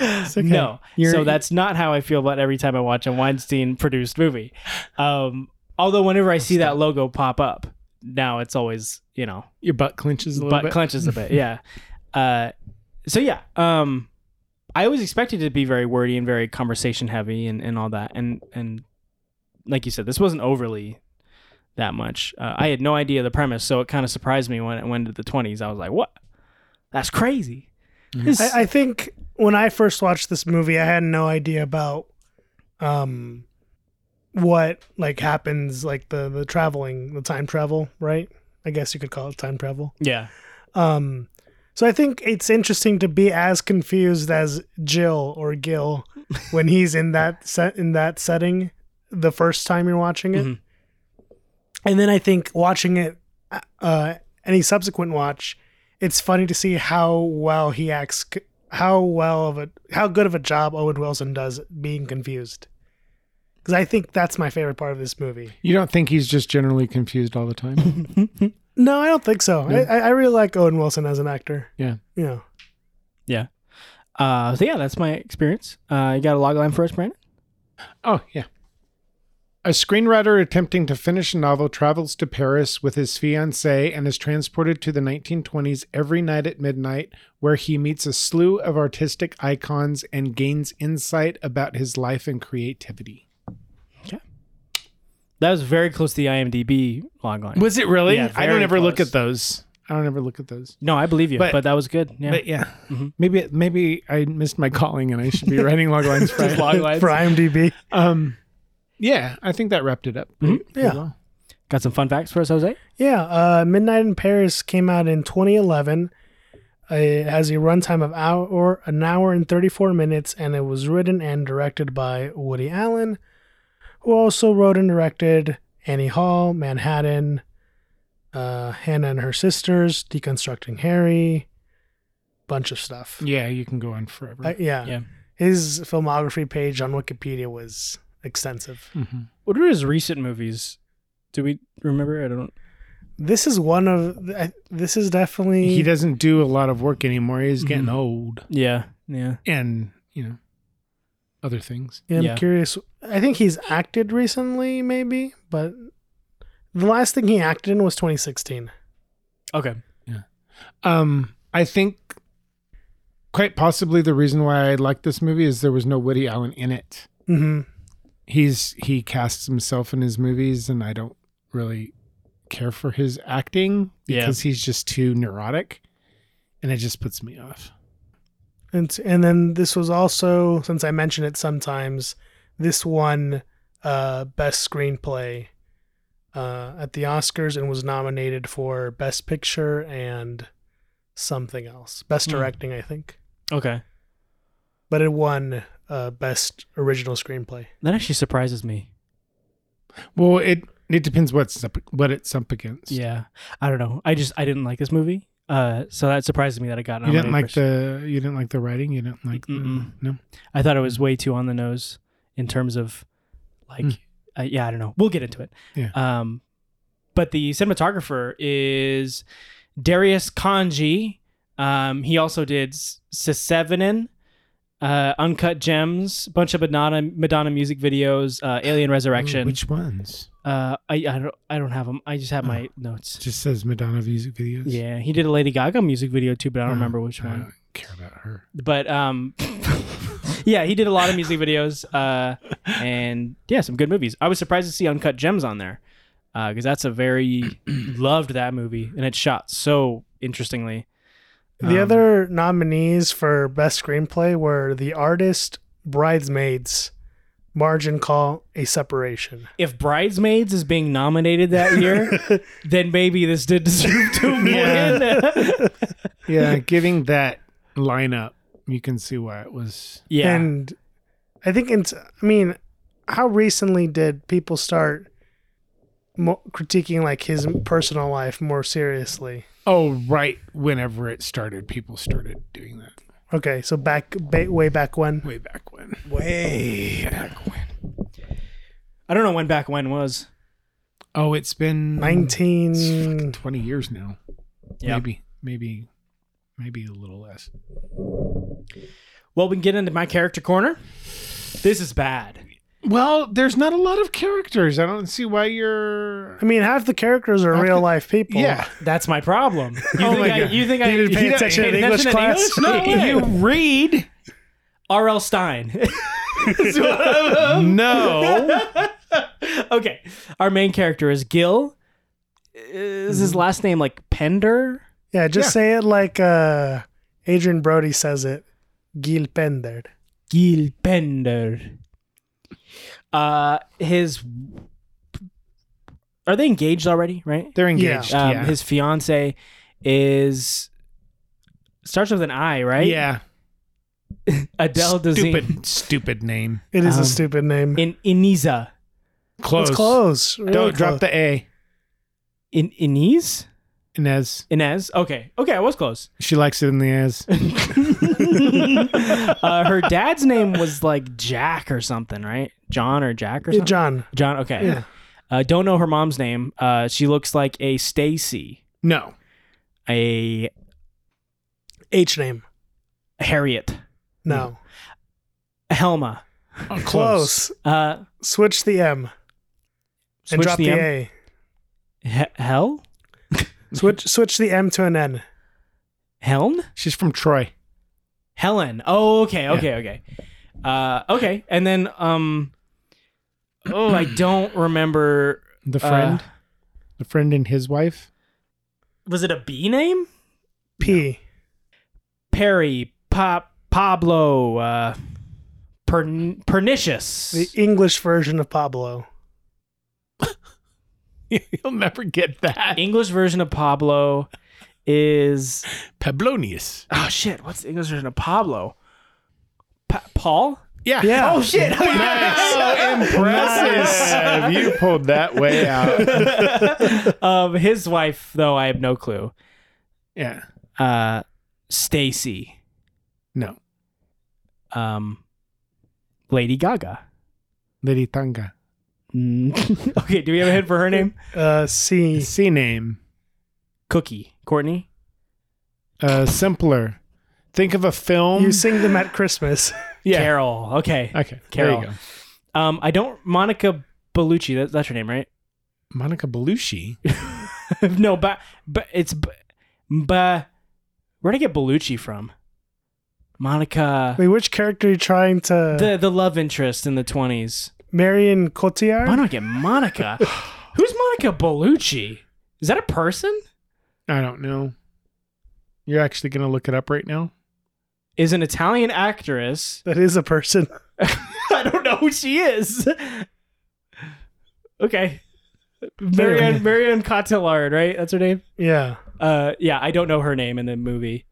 Speaker 2: It's okay.
Speaker 1: No.
Speaker 2: You're-
Speaker 1: so that's not how I feel about every time I watch a Weinstein produced movie. Um, although whenever I see that logo pop up, now it's always, you know,
Speaker 2: your butt clenches a little
Speaker 1: butt
Speaker 2: bit.
Speaker 1: clenches a
Speaker 2: (laughs)
Speaker 1: bit. Yeah. Uh, so yeah, um, I always expected it to be very wordy and very conversation heavy and, and all that. And, and like you said, this wasn't overly that much. Uh, I had no idea the premise. So it kind of surprised me when it went to the twenties. I was like, what? That's crazy. This-
Speaker 3: I, I think when I first watched this movie, I had no idea about um what like happens like the the traveling the time travel right i guess you could call it time travel
Speaker 1: yeah.
Speaker 2: (laughs)
Speaker 3: um so i think it's interesting to be as confused as jill or gil when he's in that set in that setting the first time you're watching it
Speaker 1: Mhm.
Speaker 3: and then i think watching it uh, any subsequent watch, it's funny to see how well he acts, c- how well of a, how good of a job Owen Wilson does being confused. Because I think that's my favorite part of this movie.
Speaker 2: You don't think he's just generally confused all the time?
Speaker 1: Uh,
Speaker 3: No, I don't think so. I I, I really like Owen Wilson as an actor.
Speaker 2: yeah.
Speaker 3: You know,
Speaker 1: Uh, so yeah, that's my experience. Uh, you got a log line for us, Brandon?
Speaker 2: Oh, yeah. A screenwriter attempting to finish a novel travels to Paris with his fiancée and is transported to the 1920s every night at midnight, where he meets a slew of artistic icons and gains insight about his life and creativity.
Speaker 1: That was very close to the IMDb log line.
Speaker 2: Was it really?
Speaker 1: Yeah,
Speaker 2: I don't
Speaker 1: very
Speaker 2: ever look
Speaker 1: close.
Speaker 2: at those. I don't ever look at those.
Speaker 1: no, I believe you, but,
Speaker 2: But-
Speaker 1: that was good. Yeah.
Speaker 2: But (laughs) yeah, Mm-hmm. maybe maybe I missed my calling and I should (laughs) be writing log lines for
Speaker 1: Just log lines.
Speaker 3: for IMDb.
Speaker 2: Um, yeah, I think that wrapped it up.
Speaker 3: Yeah.
Speaker 2: well.
Speaker 1: Got some fun facts for us, Jose?
Speaker 3: Yeah, uh, Midnight in Paris came out in 2011. It has a runtime of hour, an hour and 34 minutes, and it was written and directed by Woody Allen, who also wrote and directed Annie Hall, Manhattan, uh, Hannah and Her Sisters, Deconstructing Harry, bunch of stuff.
Speaker 2: Yeah, you can go on forever.
Speaker 3: Uh, yeah.
Speaker 1: Yeah.
Speaker 3: his filmography page on Wikipedia was extensive.
Speaker 2: Mhm.
Speaker 1: What are his recent movies? Do we remember? I don't.
Speaker 3: This is one of I- this is definitely
Speaker 2: he doesn't do a lot of work anymore. He's getting
Speaker 1: Mhm.
Speaker 2: old
Speaker 1: Yeah. Yeah.
Speaker 2: and, you know, other things.
Speaker 3: Yeah, I'm
Speaker 1: Yeah.
Speaker 3: curious. I think he's acted recently, maybe, but the last thing he acted in was 2016.
Speaker 1: Okay.
Speaker 2: Um, I think quite possibly the reason why I like this movie is there was no Woody Allen in it.
Speaker 3: hmm
Speaker 2: He's he casts himself in his movies and I don't really care for his acting
Speaker 1: Yeah.
Speaker 2: because he's just too neurotic and it just puts me off.
Speaker 3: And and then this was also, since I mention it sometimes, this won uh, best screenplay uh, at the Oscars and was nominated for best picture and something else, best
Speaker 1: Hmm.
Speaker 3: directing, I think.
Speaker 1: Okay.
Speaker 3: But it won uh, best original screenplay.
Speaker 1: That actually surprises me.
Speaker 2: Well, it it depends what's up, what it's up against.
Speaker 1: Yeah. I don't know. I just I didn't like this movie. Uh, so that surprises me that I got.
Speaker 2: You didn't
Speaker 1: nominated
Speaker 2: like
Speaker 1: for-
Speaker 2: the you didn't like the writing. You didn't like the,
Speaker 1: Mm-mm.
Speaker 2: no.
Speaker 1: I thought it was way too on the nose in terms of like
Speaker 2: Mm.
Speaker 1: uh, yeah, I don't know. We'll get into it.
Speaker 2: Yeah.
Speaker 1: Um but the cinematographer is Darius Kanji. Um he also did S- Sisevinen, uh Uncut Gems, bunch of Madonna Madonna music videos, uh Alien Resurrection.
Speaker 2: Which Oh. ones?
Speaker 1: uh I I don't I don't have them. I just have my notes.
Speaker 2: Just says Madonna music videos.
Speaker 1: Yeah, he did a Lady Gaga music video too, but I don't
Speaker 2: Oh,
Speaker 1: remember which
Speaker 2: I
Speaker 1: one.
Speaker 2: don't care about her.
Speaker 1: but um yeah he did a lot of music videos uh and yeah some good movies i was surprised to see uncut gems on there because that's a very loved that movie and it's shot so interestingly
Speaker 3: The
Speaker 1: Um,
Speaker 3: other nominees for best screenplay were The Artist, Bridesmaids, Margin Call, A Separation.
Speaker 1: if bridesmaids is being nominated that year then maybe this did deserve to win yeah,
Speaker 2: Yeah, (laughs) giving that lineup, you can see why it was.
Speaker 3: And I think it's, I mean, how recently did people start mo- critiquing like his personal life more seriously?
Speaker 2: Oh, right. Whenever it started, people started doing that
Speaker 3: Okay, so back ba- way back when.
Speaker 2: way back when. Way back when.
Speaker 1: i don't know when back when was
Speaker 2: Oh, it's been
Speaker 3: 19
Speaker 2: twenty years now.
Speaker 1: yeah
Speaker 2: Maybe, maybe, maybe a little less.
Speaker 1: well we can get into my character corner this is bad
Speaker 2: Well, there's not a lot of characters. I don't see why you're.
Speaker 3: I mean, half the characters are real life people.
Speaker 2: Yeah.
Speaker 1: that's my problem you
Speaker 2: Oh
Speaker 1: think
Speaker 2: my
Speaker 1: i
Speaker 2: God.
Speaker 1: you think i
Speaker 3: didn't pay
Speaker 1: you
Speaker 3: attention
Speaker 1: paid
Speaker 3: in English
Speaker 1: attention English? (laughs)
Speaker 2: (laughs)
Speaker 3: class?
Speaker 1: No way.
Speaker 2: you read.
Speaker 1: (laughs) R.L. Stein.
Speaker 2: no.
Speaker 1: (laughs) okay. Our main character is Gil. Is
Speaker 2: Mm-hmm.
Speaker 1: his last name like Pender?
Speaker 3: Yeah, just
Speaker 2: Yeah.
Speaker 3: say it like uh, Adrian Brody says it. Gil Pender.
Speaker 1: Gil Pender. Uh, his. Are they engaged already? Right.
Speaker 2: They're engaged. Yeah.
Speaker 1: Um, His fiance is starts with an I, right?
Speaker 2: yeah.
Speaker 1: Adele
Speaker 2: stupid,
Speaker 1: Dazeem.
Speaker 2: stupid name.
Speaker 3: It is
Speaker 1: Um,
Speaker 3: a stupid name.
Speaker 1: In Iniza.
Speaker 2: Close.
Speaker 3: It's close. Really
Speaker 2: Don't drop
Speaker 3: close.
Speaker 2: the A.
Speaker 1: In Inez?
Speaker 2: Inez.
Speaker 1: Inez. Okay. Okay, I was close.
Speaker 2: She likes it in the ass.
Speaker 1: (laughs) uh, her dad's name was like Jack or something, right? John or Jack or
Speaker 3: Yeah,
Speaker 1: something.
Speaker 3: John.
Speaker 1: John. Okay.
Speaker 3: Yeah.
Speaker 1: Uh, don't know her mom's name. Uh, she looks like a Stacy,
Speaker 2: No.
Speaker 1: a
Speaker 3: H name.
Speaker 1: Harriet,
Speaker 3: No.
Speaker 1: a Helma.
Speaker 2: Oh,
Speaker 3: Close.
Speaker 1: Uh,
Speaker 3: Switch the M
Speaker 1: switch
Speaker 3: and drop the,
Speaker 1: M.
Speaker 3: A.
Speaker 1: He- Hel?
Speaker 3: Switch switch the M to an N.
Speaker 1: Helm?
Speaker 2: She's from Troy.
Speaker 1: Helen. Oh, okay, okay, okay. Uh, okay, and then um, oh, I don't remember.
Speaker 2: The
Speaker 1: uh,
Speaker 2: friend. the friend and his wife.
Speaker 1: was it a B name?
Speaker 3: P.
Speaker 1: Perry, Pop, Pablo, uh, Pern- Pernicious.
Speaker 3: The English version of Pablo.
Speaker 2: You'll never get that.
Speaker 1: English version of Pablo is
Speaker 2: Pablonius.
Speaker 1: oh shit. What's the English version of Pablo? Pa- Paul.
Speaker 2: Yeah.
Speaker 3: Yeah.
Speaker 1: Oh shit. (laughs)
Speaker 2: (laughs) Impressive. you pulled that way
Speaker 1: (laughs)
Speaker 2: out.
Speaker 1: um, his wife though, I have no clue.
Speaker 2: Yeah.
Speaker 1: Uh, Stacy.
Speaker 2: No.
Speaker 1: um, Lady Gaga.
Speaker 2: Lady Tanga.
Speaker 1: (laughs) okay, do we have a hint for her name?
Speaker 3: (laughs) Uh, C.
Speaker 2: C name.
Speaker 1: Cookie. Courtney.
Speaker 2: Uh, simpler. Think of a film.
Speaker 3: You sing them at
Speaker 1: (laughs)
Speaker 3: Christmas.
Speaker 2: yeah.
Speaker 1: Carol. Okay.
Speaker 2: Okay.
Speaker 1: Carol.
Speaker 2: There you go.
Speaker 1: Um, I don't. Monica Bellucci. That, that's her name, right?
Speaker 2: Monica Belushi.
Speaker 1: (laughs) no, but but it's but where'd I get Bellucci from? Monica.
Speaker 3: Wait, which character are you trying to?
Speaker 1: The the love interest in the twenties.
Speaker 3: Marion Cotillard.
Speaker 1: Why do I get Monica? (sighs) Who's Monica Bellucci? Is that a person?
Speaker 2: I don't know. You're actually going to look it up right now?
Speaker 1: Is an Italian actress
Speaker 3: That is a person.
Speaker 1: (laughs)
Speaker 3: (laughs)
Speaker 1: I don't know who she is. (laughs) okay. Marianne Marianne Cotillard, right? That's her name.
Speaker 3: Yeah.
Speaker 1: Uh, yeah, I don't know her name in the movie.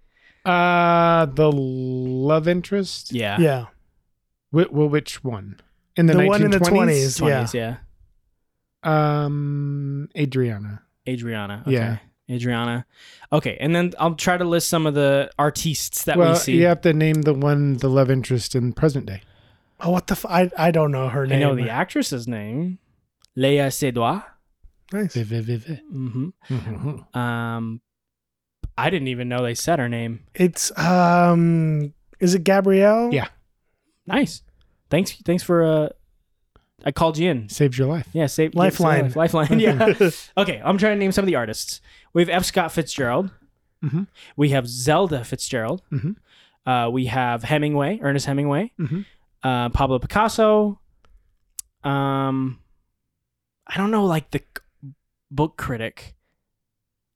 Speaker 2: Uh, the love interest.
Speaker 1: Yeah,
Speaker 3: Yeah.
Speaker 2: Wh- wh- which one? In the,
Speaker 3: The one in the
Speaker 2: 1920s?
Speaker 3: 20s.
Speaker 1: twenties. Yeah.
Speaker 2: Um, Adriana.
Speaker 1: Adriana. Okay.
Speaker 2: Yeah.
Speaker 1: Adriana. Okay, and then I'll try to list some of the artistes that
Speaker 2: well,
Speaker 1: we see.
Speaker 2: you have to name the one the love interest in present day.
Speaker 3: Oh, what the? F- I I don't know her
Speaker 1: I
Speaker 3: name.
Speaker 1: know the actress's name, Leia Seydoux.
Speaker 3: Nice.
Speaker 2: Vi- vi- vi- vi.
Speaker 1: hmm
Speaker 2: Mhm.
Speaker 1: Um, I didn't even know they said her name.
Speaker 3: It's um. Is it Gabrielle?
Speaker 2: Yeah.
Speaker 1: Nice. Thanks. Thanks for. Uh, I called you in.
Speaker 2: Saved your life.
Speaker 1: Yeah, save
Speaker 3: Lifeline.
Speaker 1: save life. Lifeline. (laughs)
Speaker 3: (laughs)
Speaker 1: Yeah. okay, I'm trying to name some of the artists. We have F. Scott Fitzgerald. Mm-hmm.
Speaker 2: Mhm.
Speaker 1: We have Zelda Fitzgerald.
Speaker 2: Mhm.
Speaker 1: Uh, we have Hemingway, Ernest Hemingway.
Speaker 2: Mhm.
Speaker 1: Uh, Pablo Picasso. Um, I don't know, like the c- book critic.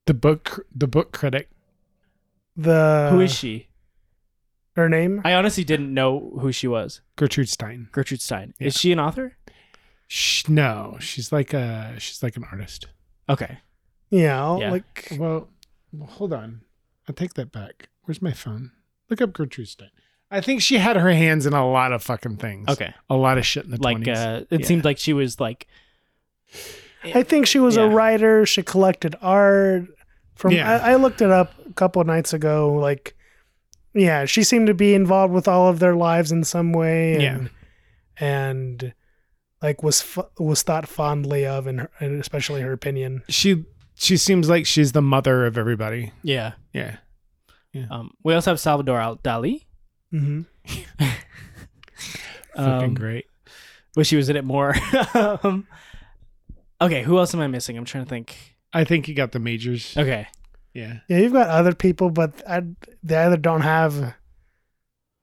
Speaker 2: The book, the book critic.
Speaker 3: The
Speaker 1: who is she?
Speaker 3: Her name?
Speaker 1: I honestly didn't know who she was.
Speaker 2: Gertrude Stein.
Speaker 1: Gertrude Stein.
Speaker 2: Yeah.
Speaker 1: Is she an author?
Speaker 2: Sh- no, she's like a she's like an artist.
Speaker 1: Okay.
Speaker 3: yeah, I'll-
Speaker 1: Yeah.
Speaker 3: Like
Speaker 2: Well, well, hold on. I'll take that back. Where's my phone? Look up Gertrude Stein. I think she had her hands in a lot of fucking things.
Speaker 1: Okay.
Speaker 2: A lot of shit in the
Speaker 1: Like,
Speaker 2: 20s.
Speaker 1: uh, it
Speaker 2: Yeah.
Speaker 1: seemed like she was like
Speaker 3: I think she was a
Speaker 1: Yeah.
Speaker 3: writer. She collected art. From
Speaker 2: Yeah.
Speaker 3: I, I looked it up a couple of nights ago. Like, yeah, she seemed to be involved with all of their lives in some way. And,
Speaker 2: Yeah.
Speaker 3: and like was f- was thought fondly of, and, her, and especially her opinion.
Speaker 2: she she seems like she's the mother of everybody.
Speaker 1: yeah.
Speaker 2: Yeah.
Speaker 1: Um, we also have Salvador Al- Dali.
Speaker 3: Mm-hmm.
Speaker 1: Um,
Speaker 2: Fucking great.
Speaker 1: Wish he was in it more. (laughs) um, okay, who else am I missing? I'm trying to think.
Speaker 2: I think you got the majors.
Speaker 1: Okay,
Speaker 2: Yeah.
Speaker 3: Yeah, you've got other people, but I, they either don't have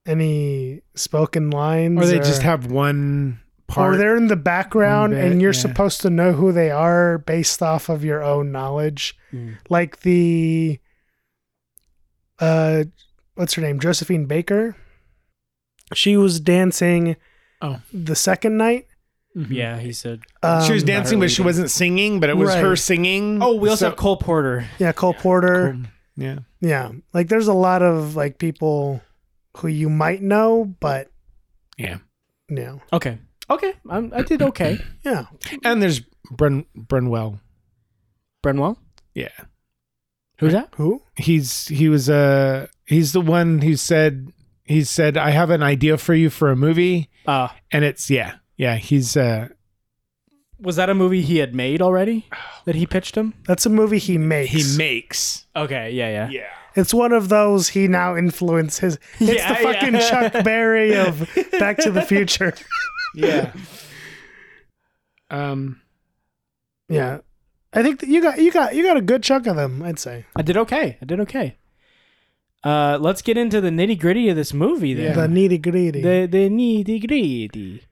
Speaker 3: any spoken lines,
Speaker 2: Or they just have one part.
Speaker 3: or they're in the background
Speaker 2: One bit,
Speaker 3: and you're
Speaker 2: yeah.
Speaker 3: supposed to know who they are based off of your own knowledge
Speaker 1: Mm.
Speaker 3: like the uh what's her name josephine baker she was dancing
Speaker 2: Oh.
Speaker 3: the second night
Speaker 2: Mhm.
Speaker 1: yeah, he said.
Speaker 3: um,
Speaker 2: she was dancing, but
Speaker 1: leading.
Speaker 2: she wasn't singing. But it was
Speaker 3: Right.
Speaker 2: her singing.
Speaker 1: Oh, we also
Speaker 2: So-
Speaker 1: have Cole Porter.
Speaker 3: yeah cole porter
Speaker 2: Cool. Yeah.
Speaker 3: yeah like there's a lot of like people who you might know but
Speaker 2: Yeah.
Speaker 3: no
Speaker 1: Okay, (laughs) okay, I'm, I did okay.
Speaker 3: yeah
Speaker 2: And there's Brun Brunwell.
Speaker 1: Brenwell?
Speaker 2: Yeah.
Speaker 1: Who's that?
Speaker 3: Who?
Speaker 2: he's he was uh he's the one who said he said I have an idea for you for a movie
Speaker 1: Uh,
Speaker 2: and it's yeah yeah he's uh
Speaker 1: was that a movie he had made already that he pitched him?
Speaker 3: That's a movie he makes.
Speaker 2: he makes
Speaker 1: Okay, yeah, yeah.
Speaker 2: yeah
Speaker 3: It's one of those he now influences. It's
Speaker 1: Yeah,
Speaker 3: the fucking
Speaker 1: yeah.
Speaker 3: Chuck Berry of Back to the Future.
Speaker 2: yeah (laughs) um
Speaker 3: Yeah. I think that you got you got you got a good chunk of them, I'd say.
Speaker 1: I did okay. I did okay. Uh, let's get into the nitty gritty of this movie then.
Speaker 3: The nitty gritty.
Speaker 1: The the nitty gritty.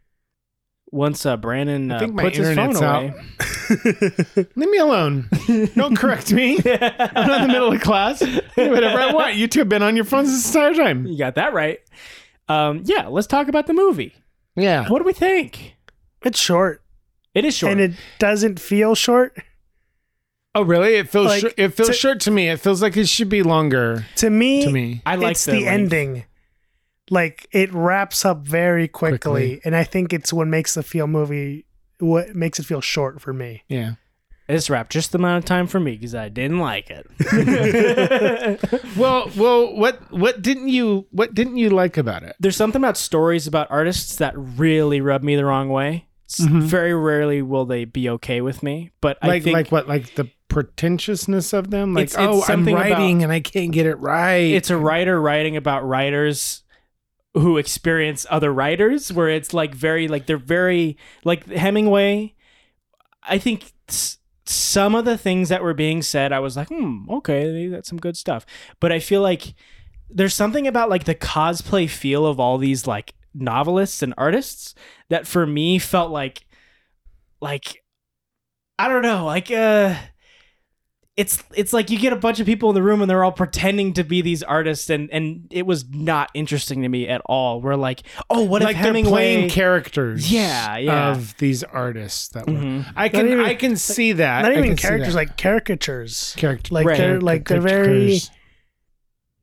Speaker 1: Once uh, Brandon
Speaker 2: I
Speaker 1: uh,
Speaker 2: think my
Speaker 1: puts his phone
Speaker 2: internet's
Speaker 1: away,
Speaker 2: out leave me alone don't
Speaker 1: (laughs)
Speaker 2: correct me (laughs) I'm not in the middle of class Do whatever I want you two have been on your phones this entire time
Speaker 1: you got that right. Um, yeah, let's talk about the movie.
Speaker 2: yeah
Speaker 1: What do we think?
Speaker 3: (laughs) it's short.
Speaker 1: It is short.
Speaker 3: And it doesn't feel short.
Speaker 2: oh really it feels
Speaker 3: Like,
Speaker 2: short, it feels
Speaker 3: to-
Speaker 2: short to me it feels like it should be longer
Speaker 3: To me,
Speaker 2: to me
Speaker 1: I like
Speaker 3: it's
Speaker 1: the,
Speaker 3: the,
Speaker 1: length.
Speaker 3: ending. Like it wraps up very quickly,
Speaker 2: Quickly.
Speaker 3: and I think it's what makes the feel movie what makes it feel short for me.
Speaker 2: yeah
Speaker 1: This wrapped just the amount of time for me because I didn't like
Speaker 3: (laughs)
Speaker 1: it. (laughs)
Speaker 2: well well what what didn't you what didn't you like about it
Speaker 1: there's something about stories about artists that really rub me the wrong way. S-
Speaker 3: Mm-hmm.
Speaker 1: Very rarely will they be okay with me, but I
Speaker 2: like
Speaker 1: think
Speaker 2: like what like the pretentiousness of them like
Speaker 1: It's- it's
Speaker 2: oh i'm
Speaker 1: something about-
Speaker 2: writing and i can't get it right
Speaker 1: it's a writer writing about writers who experience other writers where it's like very like they're very like Hemingway. I think s- some of the things that were being said, I was like, hmm, okay, that's some good stuff. But I feel like there's something about like the cosplay feel of all these like novelists and artists that for me felt like like I don't know, like uh it's it's like you get a bunch of people in the room and they're all pretending to be these artists and and it was not interesting to me at all. We're like, oh, what
Speaker 2: like
Speaker 1: if
Speaker 2: they're
Speaker 1: Hemingway
Speaker 2: playing characters
Speaker 1: Yeah, yeah.
Speaker 2: of these artists that were
Speaker 1: Mhm.
Speaker 2: i can
Speaker 3: even-
Speaker 2: i can see that
Speaker 3: Not
Speaker 2: I
Speaker 3: even
Speaker 2: can see
Speaker 3: characters,
Speaker 2: that.
Speaker 3: like caricatures.
Speaker 2: character
Speaker 3: Like
Speaker 1: Right.
Speaker 3: they're like they're very
Speaker 2: caricatures.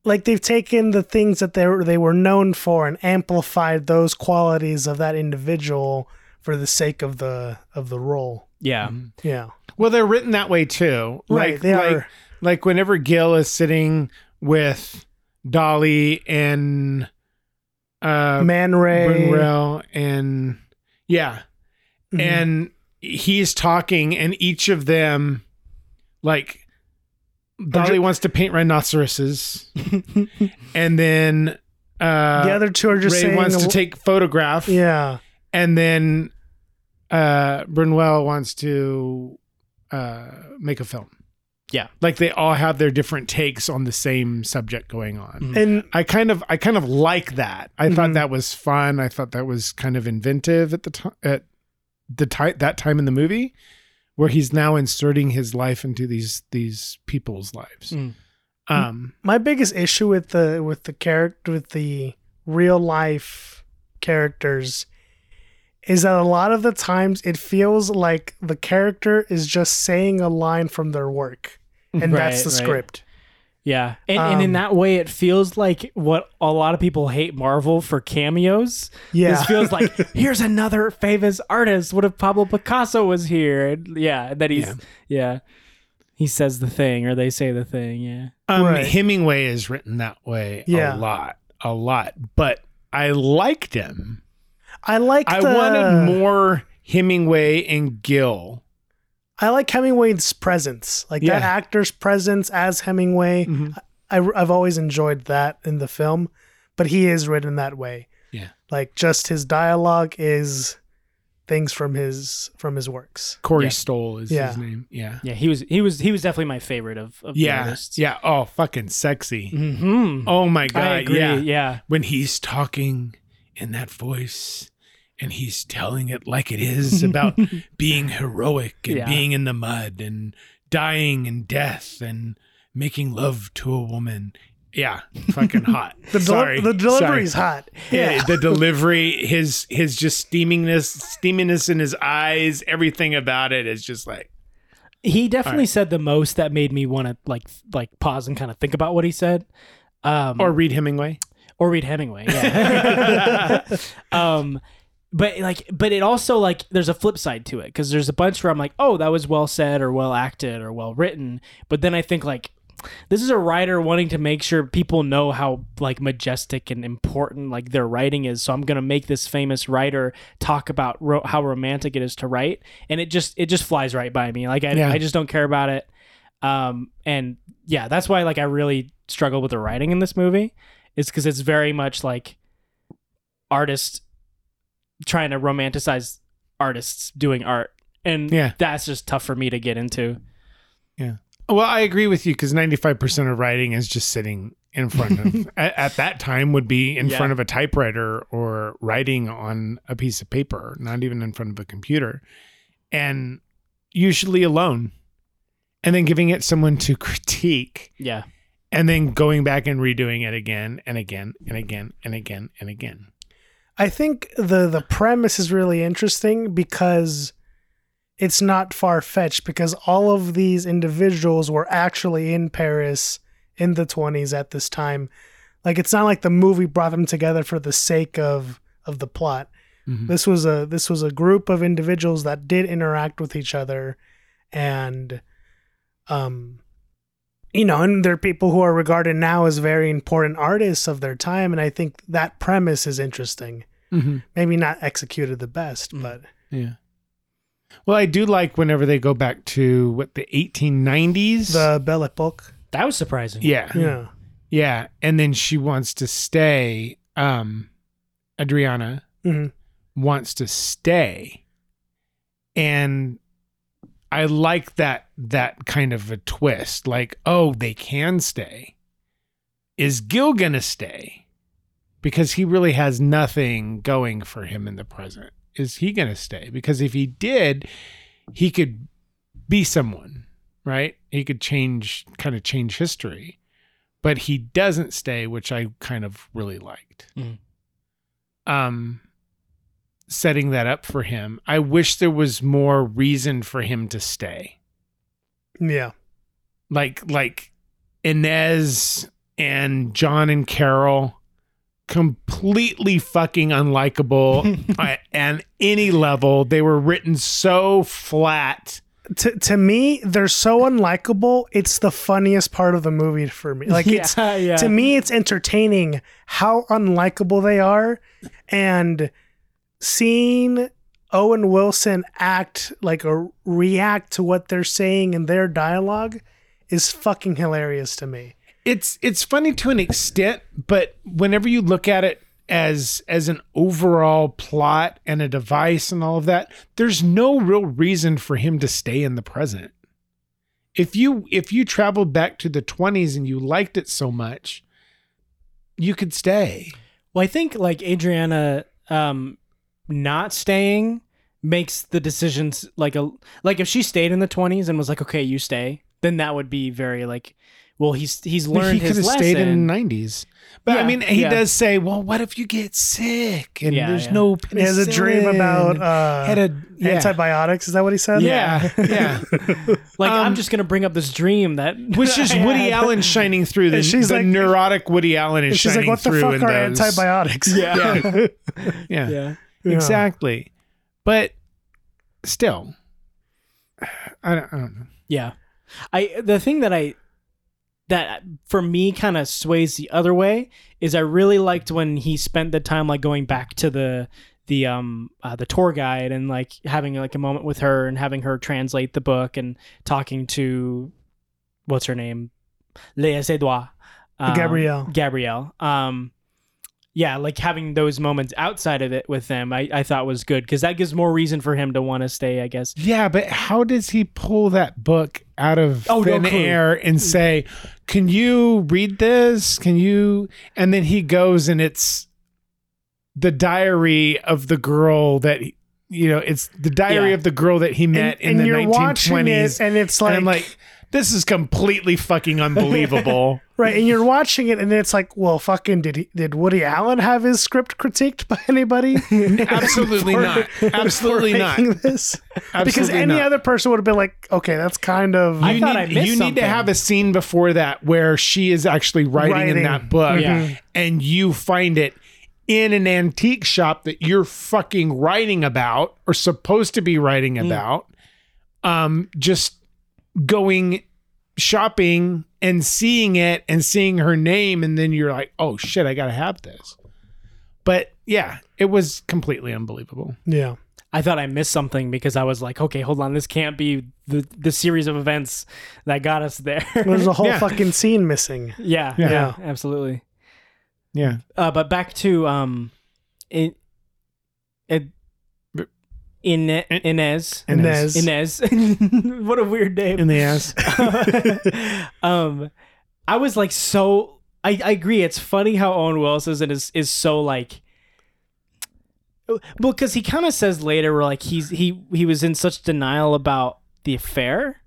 Speaker 3: like they've taken the things that they were, they were known for and amplified those qualities of that individual for the sake of the of the role.
Speaker 1: Yeah.
Speaker 3: Yeah,
Speaker 2: well they're written that way too
Speaker 3: Right,
Speaker 2: like
Speaker 3: they
Speaker 2: like,
Speaker 3: are.
Speaker 2: like whenever gil is sitting with dolly and uh
Speaker 3: Man Ray,
Speaker 2: Brunel and yeah
Speaker 3: Mhm.
Speaker 2: and he's talking and each of them like Dolly wants to paint rhinoceroses (laughs) and then uh
Speaker 3: the other two are just
Speaker 2: Ray
Speaker 3: saying
Speaker 2: wants
Speaker 3: a-
Speaker 2: to take photograph
Speaker 3: yeah,
Speaker 2: and then uh Brunel wants to uh make a film.
Speaker 1: Yeah.
Speaker 2: Like they all have their different takes on the same subject going on.
Speaker 3: and
Speaker 2: I kind of I kind of like that. I thought
Speaker 3: Mhm.
Speaker 2: that was fun. I thought that was kind of inventive at the time at the time that time in the movie where he's now inserting his life into these these people's lives.
Speaker 1: Mm.
Speaker 2: Um
Speaker 3: my biggest issue with the with the character with the real life characters is that a lot of the times it feels like the character is just saying a line from their work and that's
Speaker 1: Right,
Speaker 3: the
Speaker 1: right.
Speaker 3: script
Speaker 1: Yeah. And, and in
Speaker 3: Um,
Speaker 1: that way, it feels like what a lot of people hate Marvel for cameos.
Speaker 3: yeah
Speaker 1: This feels like,
Speaker 2: (laughs)
Speaker 1: here's another famous artist. What if Pablo Picasso was here? And yeah. And then he's, yeah. He says the thing or they say the thing. Yeah.
Speaker 2: um,
Speaker 3: Right.
Speaker 2: Hemingway is written that way
Speaker 3: Yeah.
Speaker 2: a lot, a lot. But I liked him.
Speaker 3: i like
Speaker 2: I
Speaker 3: the,
Speaker 2: wanted more Hemingway and Gill.
Speaker 3: i like hemingway's presence like that
Speaker 2: Yeah. Mm-hmm.
Speaker 3: actor's presence as hemingway I, i've always enjoyed that in the film but he is written that way
Speaker 2: Yeah.
Speaker 3: like just his dialogue is things from his from his works
Speaker 2: Corey
Speaker 1: Yeah.
Speaker 2: Stoll is
Speaker 3: Yeah.
Speaker 2: his name. Yeah.
Speaker 1: Yeah. He was, he was, he was definitely my favorite of, of the
Speaker 2: Yeah.
Speaker 1: artists.
Speaker 2: Yeah. Oh, fucking sexy.
Speaker 1: Mm-hmm.
Speaker 2: Oh my god.
Speaker 1: I agree.
Speaker 2: Yeah.
Speaker 1: Yeah.
Speaker 2: when he's talking in that voice and he's telling it like it
Speaker 3: (laughs)
Speaker 2: is about being heroic and
Speaker 1: Yeah.
Speaker 2: being in the mud and dying and death and making love to a woman. Yeah, fucking hot.
Speaker 3: (laughs) The, del-
Speaker 2: Sorry.
Speaker 3: the delivery's
Speaker 2: Sorry.
Speaker 3: hot.
Speaker 2: Yeah, the delivery, his his just steamingness, steaminess in his eyes, everything about it is just like
Speaker 1: He definitely
Speaker 2: right.
Speaker 1: said the most that made me want to like, like pause and kind of think about what he said. Um,
Speaker 2: or read Hemingway. (laughs)
Speaker 1: or read Hemingway. Yeah. um, but like but it also like there's a flip side to it because there's a bunch where i'm like oh that was well said or well acted or well written but then i think like this is a writer wanting to make sure people know how like majestic and important like their writing is so i'm going to make this famous writer talk about ro- how romantic it is to write and it just it just flies right by me like i,
Speaker 2: Yeah.
Speaker 1: I just don't care about it um and yeah that's why like i really struggle with the writing in this movie is because it's very much like artists trying to romanticize artists doing art and
Speaker 2: Yeah.
Speaker 1: that's just tough for me to get into
Speaker 2: Well, I agree with you because 95% of writing is just sitting in front of, at, at that time, would be in
Speaker 1: Yeah.
Speaker 2: front of a typewriter or writing on a piece of paper, not even in front of a computer, and usually alone. And then giving it someone to (laughs) critique
Speaker 1: yeah
Speaker 2: and then going back and redoing it again and again and again and again and again.
Speaker 3: I think the the premise is really interesting because it's not far fetched because all of these individuals were actually in Paris in the 20s at this time. Like it's not like the movie brought them together for the sake of of the plot.
Speaker 2: Mhm.
Speaker 3: This was a this was a group of individuals that did interact with each other and um you know, and they're people who are regarded now as very important artists of their time and I think that premise is interesting maybe not executed the best,
Speaker 2: Mm.
Speaker 3: but
Speaker 2: Yeah. Well, I do like whenever they go back to what the 1890s.
Speaker 3: the Belle Epoque.
Speaker 1: that was surprising
Speaker 2: yeah.
Speaker 3: Yeah.
Speaker 2: Yeah, and then she wants to stay. Um, Adriana
Speaker 3: hmm
Speaker 2: wants to stay, and I like that that kind of a twist. Like, oh, they can stay. Is Gil gonna stay? Because he really has nothing going for him in the present. Is he gonna stay? Because if he did, he could be someone, right? He could change, kind of change history but he doesn't stay, which I kind of really liked.
Speaker 1: Mm.
Speaker 2: Um, setting that up for him. I wish there was more reason for him to stay.
Speaker 3: Yeah.
Speaker 2: Like like Inez and John and Carol, completely fucking unlikable at, at any level. They were written so flat.
Speaker 3: To, to me, they're so unlikable. It's the funniest part of the movie for me.
Speaker 2: (laughs)
Speaker 3: Like it's
Speaker 2: uh,
Speaker 1: yeah, yeah.
Speaker 3: to me, it's entertaining how unlikable they are, and seeing Owen Wilson act like or react to what they're saying in their dialogue is fucking hilarious to me.
Speaker 2: it's it's funny to an extent, but whenever you look at it as as an overall plot and a device and all of that, there's no real reason for him to stay in the present. If you if you traveled back to the 20s and you liked it so much, you could stay.
Speaker 1: Well, I think like Adriana um not staying makes the decisions like a like if she stayed in the 20s and was like okay, you stay, then that would be very like well, he's he's learned
Speaker 2: he could
Speaker 1: his
Speaker 2: have
Speaker 1: lesson.
Speaker 2: stayed in the 90s. But I
Speaker 1: Yeah,
Speaker 2: mean, he
Speaker 1: yeah.
Speaker 2: does say, "Well, what if you get sick and
Speaker 1: Yeah,
Speaker 2: there's
Speaker 1: yeah.
Speaker 2: no
Speaker 3: He has a dream
Speaker 2: penicillin
Speaker 3: about
Speaker 2: and
Speaker 3: uh,
Speaker 2: had a yeah.
Speaker 3: antibiotics. Is that what he said?
Speaker 2: yeah, yeah.
Speaker 1: (laughs)
Speaker 2: (laughs)
Speaker 1: like
Speaker 2: um,
Speaker 1: I'm just going to bring up this dream that
Speaker 2: which (laughs)
Speaker 1: (laughs)
Speaker 2: is
Speaker 1: I had.
Speaker 2: Woody Allen shining through. The,
Speaker 3: And she's
Speaker 2: the
Speaker 3: like-
Speaker 2: neurotic Woody Allen is
Speaker 3: She's like,
Speaker 2: shining
Speaker 3: what the
Speaker 2: through.
Speaker 3: fuck
Speaker 2: in
Speaker 3: are
Speaker 2: those."
Speaker 3: antibiotics?
Speaker 2: (laughs) Yeah. Yeah,
Speaker 1: Yeah.
Speaker 3: Yeah.
Speaker 2: exactly. But still, I don't, I don't know.
Speaker 1: Yeah. I the thing that I that for me kind of sways the other way is I really liked when he spent the time like going back to the the um uh, the tour guide and like having like a moment with her and having her translate the book and talking to what's her name Léa Seydoux um,
Speaker 3: Gabrielle.
Speaker 1: Gabrielle um yeah like having those moments outside of it with them I, I thought was good because that gives more reason for him to want to stay I guess
Speaker 2: Yeah, but how does he pull that book out of
Speaker 1: Oh, no
Speaker 2: thin
Speaker 1: clue.
Speaker 2: air and say, "Can you read this? Can you?" And then he goes and it's the diary of the girl that he- you know. It's the diary
Speaker 1: Yeah.
Speaker 2: of the girl that he met in the
Speaker 3: you're
Speaker 2: 1920s.
Speaker 3: watching it, and it's like,
Speaker 2: and I'm like, this is completely fucking unbelievable.
Speaker 3: right, and you're watching it, and it's like, well, fucking, did he, did Woody Allen have his script critiqued by anybody?
Speaker 2: (laughs) (laughs) Absolutely not. Absolutely
Speaker 3: (laughs) for
Speaker 2: not.
Speaker 3: making This? because
Speaker 2: Absolutely
Speaker 3: any
Speaker 2: not.
Speaker 3: other person would have been like, okay, that's kind of
Speaker 1: I
Speaker 2: you
Speaker 1: thought
Speaker 2: need,
Speaker 1: I missed
Speaker 2: you need
Speaker 1: something.
Speaker 2: to have a scene before that where she is actually writing, in
Speaker 3: Writing.
Speaker 2: that book
Speaker 1: Yeah.
Speaker 2: and you find it in an antique shop that you're fucking writing about or supposed to be writing about um just going shopping and seeing it and seeing her name and then you're like oh shit i gotta have this but yeah it was completely unbelievable
Speaker 3: Yeah.
Speaker 1: I thought I missed something because I was like, okay, hold on, this can't be the the series of events that got us there. (laughs)
Speaker 3: There's a whole
Speaker 2: Yeah.
Speaker 3: fucking scene missing.
Speaker 1: yeah,
Speaker 2: Yeah.
Speaker 1: yeah, absolutely.
Speaker 2: yeah
Speaker 1: Uh, but back to um, in, in, in Inez.
Speaker 3: Inez.
Speaker 1: Inez. (laughs) what a weird name.
Speaker 2: in the ass
Speaker 1: (laughs) um, I was like so. I, I agree. It's funny how Owen Wilson is is, is so like. Well, because he kind of says later, where like he's he he was in such denial about the affair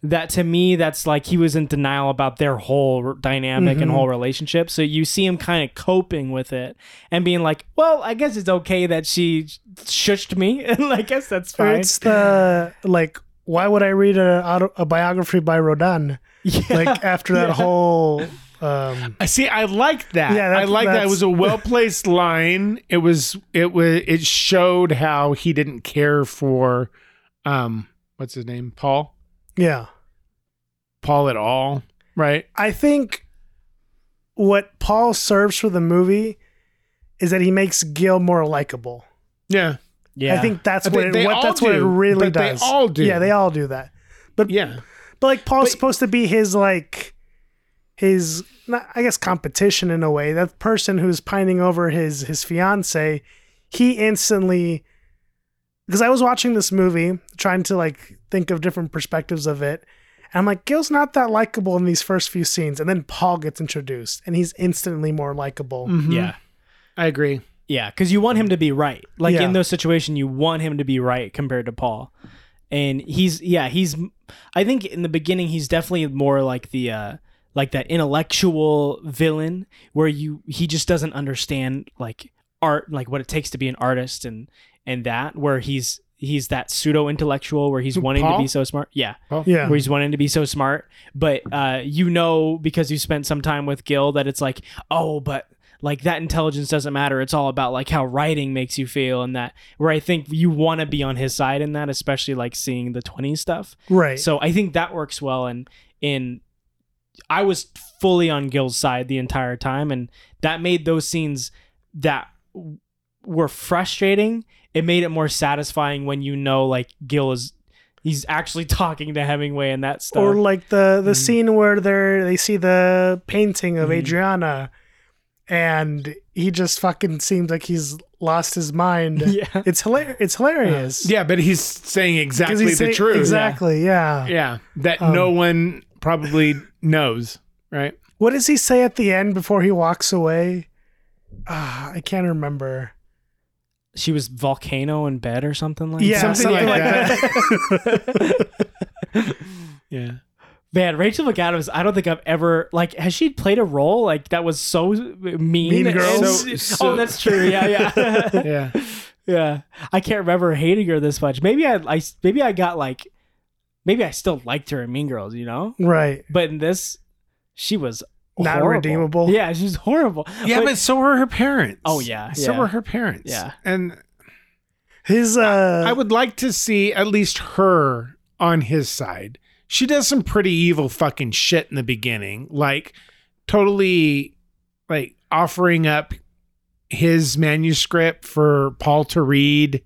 Speaker 1: that to me that's like he was in denial about their whole r dynamic
Speaker 3: Mm-hmm.
Speaker 1: and whole relationship. So you see him kind of coping with it and being like, "Well, I guess it's okay that she shushed me, (laughs) and I guess that's fine."
Speaker 3: It's the like, why would I read a, auto, a biography by Rodin?
Speaker 1: Yeah.
Speaker 2: (laughs)
Speaker 3: Like after that whole. Um,
Speaker 2: I see. I like that.
Speaker 3: Yeah, that-
Speaker 2: I like that. It
Speaker 3: that's- (laughs)
Speaker 2: was a well placed line. It was. It was. It showed how he didn't care for, um, what's his name, Paul,
Speaker 3: yeah.
Speaker 2: Paul at all, right?
Speaker 3: I think what Paul serves for the movie is that he makes Gil more likable.
Speaker 2: Yeah,
Speaker 1: (laughs) yeah,
Speaker 3: I think that's
Speaker 2: I
Speaker 3: what,
Speaker 2: think
Speaker 3: it,
Speaker 2: they
Speaker 3: what
Speaker 2: all
Speaker 3: that's what it
Speaker 2: do,
Speaker 3: really
Speaker 2: but they
Speaker 3: does.
Speaker 2: all do.
Speaker 3: Yeah, they all do that.
Speaker 2: yeah,
Speaker 3: But like Paul's
Speaker 2: But-
Speaker 3: supposed to be his like his not, I guess competition in a way. That person who's pining over his his fiance, he instantly because I was watching this movie trying to like think of different perspectives of it. And I'm like, Gil's not that likable in these first few scenes, and then Paul gets introduced, and he's instantly more likable.
Speaker 2: Mhm.
Speaker 1: yeah.
Speaker 2: I agree.
Speaker 1: Yeah, because you want him to be right. Like
Speaker 3: Yeah.
Speaker 1: in those situations, you want him to be right compared to Paul. And he's yeah, he's. I think in the beginning, he's definitely more like the uh like that intellectual villain where you he just doesn't understand like art, like what it takes to be an artist and and that where he's he's that pseudo intellectual where he's wanting to
Speaker 2: Paul?
Speaker 1: be so smart. Yeah
Speaker 2: Paul?
Speaker 3: Yeah.
Speaker 1: where he's wanting to be so smart. But uh, you know, because you spent some time with Gil, that it's like, oh, but like that intelligence doesn't matter. It's all about like how writing makes you feel, and that where I think you want to be on his side in that, especially like seeing the 20s stuff.
Speaker 3: Right.
Speaker 1: So I think that works well. And in I was fully on Gil's side the entire time, and that made those scenes that w- were frustrating. It made it more satisfying when you know like Gil is he's actually (laughs) talking to Hemingway and that stuff.
Speaker 3: Or like the the scene where they're they see the painting of Adriana, and he just fucking seems like he's lost his mind.
Speaker 1: (laughs) yeah.
Speaker 3: It's hilarious. It's hilarious.
Speaker 2: Yeah, but he's saying
Speaker 3: 'Cause
Speaker 2: exactly
Speaker 3: he's
Speaker 2: the
Speaker 3: saying- Um.
Speaker 2: truth.
Speaker 3: Exactly. Yeah.
Speaker 2: Yeah, that no one probably knows, right?
Speaker 3: What does he say at the end before he walks away? Ah, I can't remember.
Speaker 1: She was volcano in bed or something like
Speaker 3: Yeah,
Speaker 1: that.
Speaker 3: something,
Speaker 1: (laughs)
Speaker 3: like, that.
Speaker 2: Yeah.
Speaker 1: Man, Rachel McAdams, I don't think I've ever like has she played a role like that was so mean?
Speaker 3: Mean Girls?
Speaker 1: and-
Speaker 2: So-
Speaker 1: (laughs)
Speaker 2: so-
Speaker 1: oh, that's true. Yeah,
Speaker 3: (laughs)
Speaker 1: yeah.
Speaker 2: Yeah.
Speaker 1: Yeah, I can't remember hating her this much. Maybe I, I, maybe I got like, maybe I still liked her in Mean Girls, you know.
Speaker 3: right.
Speaker 1: But in this, she was
Speaker 3: Not
Speaker 1: horrible.
Speaker 3: redeemable.
Speaker 1: Yeah, she was horrible.
Speaker 2: Yeah, but, so were her parents.
Speaker 1: Oh, yeah,
Speaker 2: So
Speaker 1: yeah.
Speaker 2: were her parents.
Speaker 1: Yeah.
Speaker 2: And
Speaker 3: His uh,
Speaker 2: I would like to see at least her on his side. She does some pretty evil fucking shit in the beginning, like totally like offering up his manuscript for Paul to read,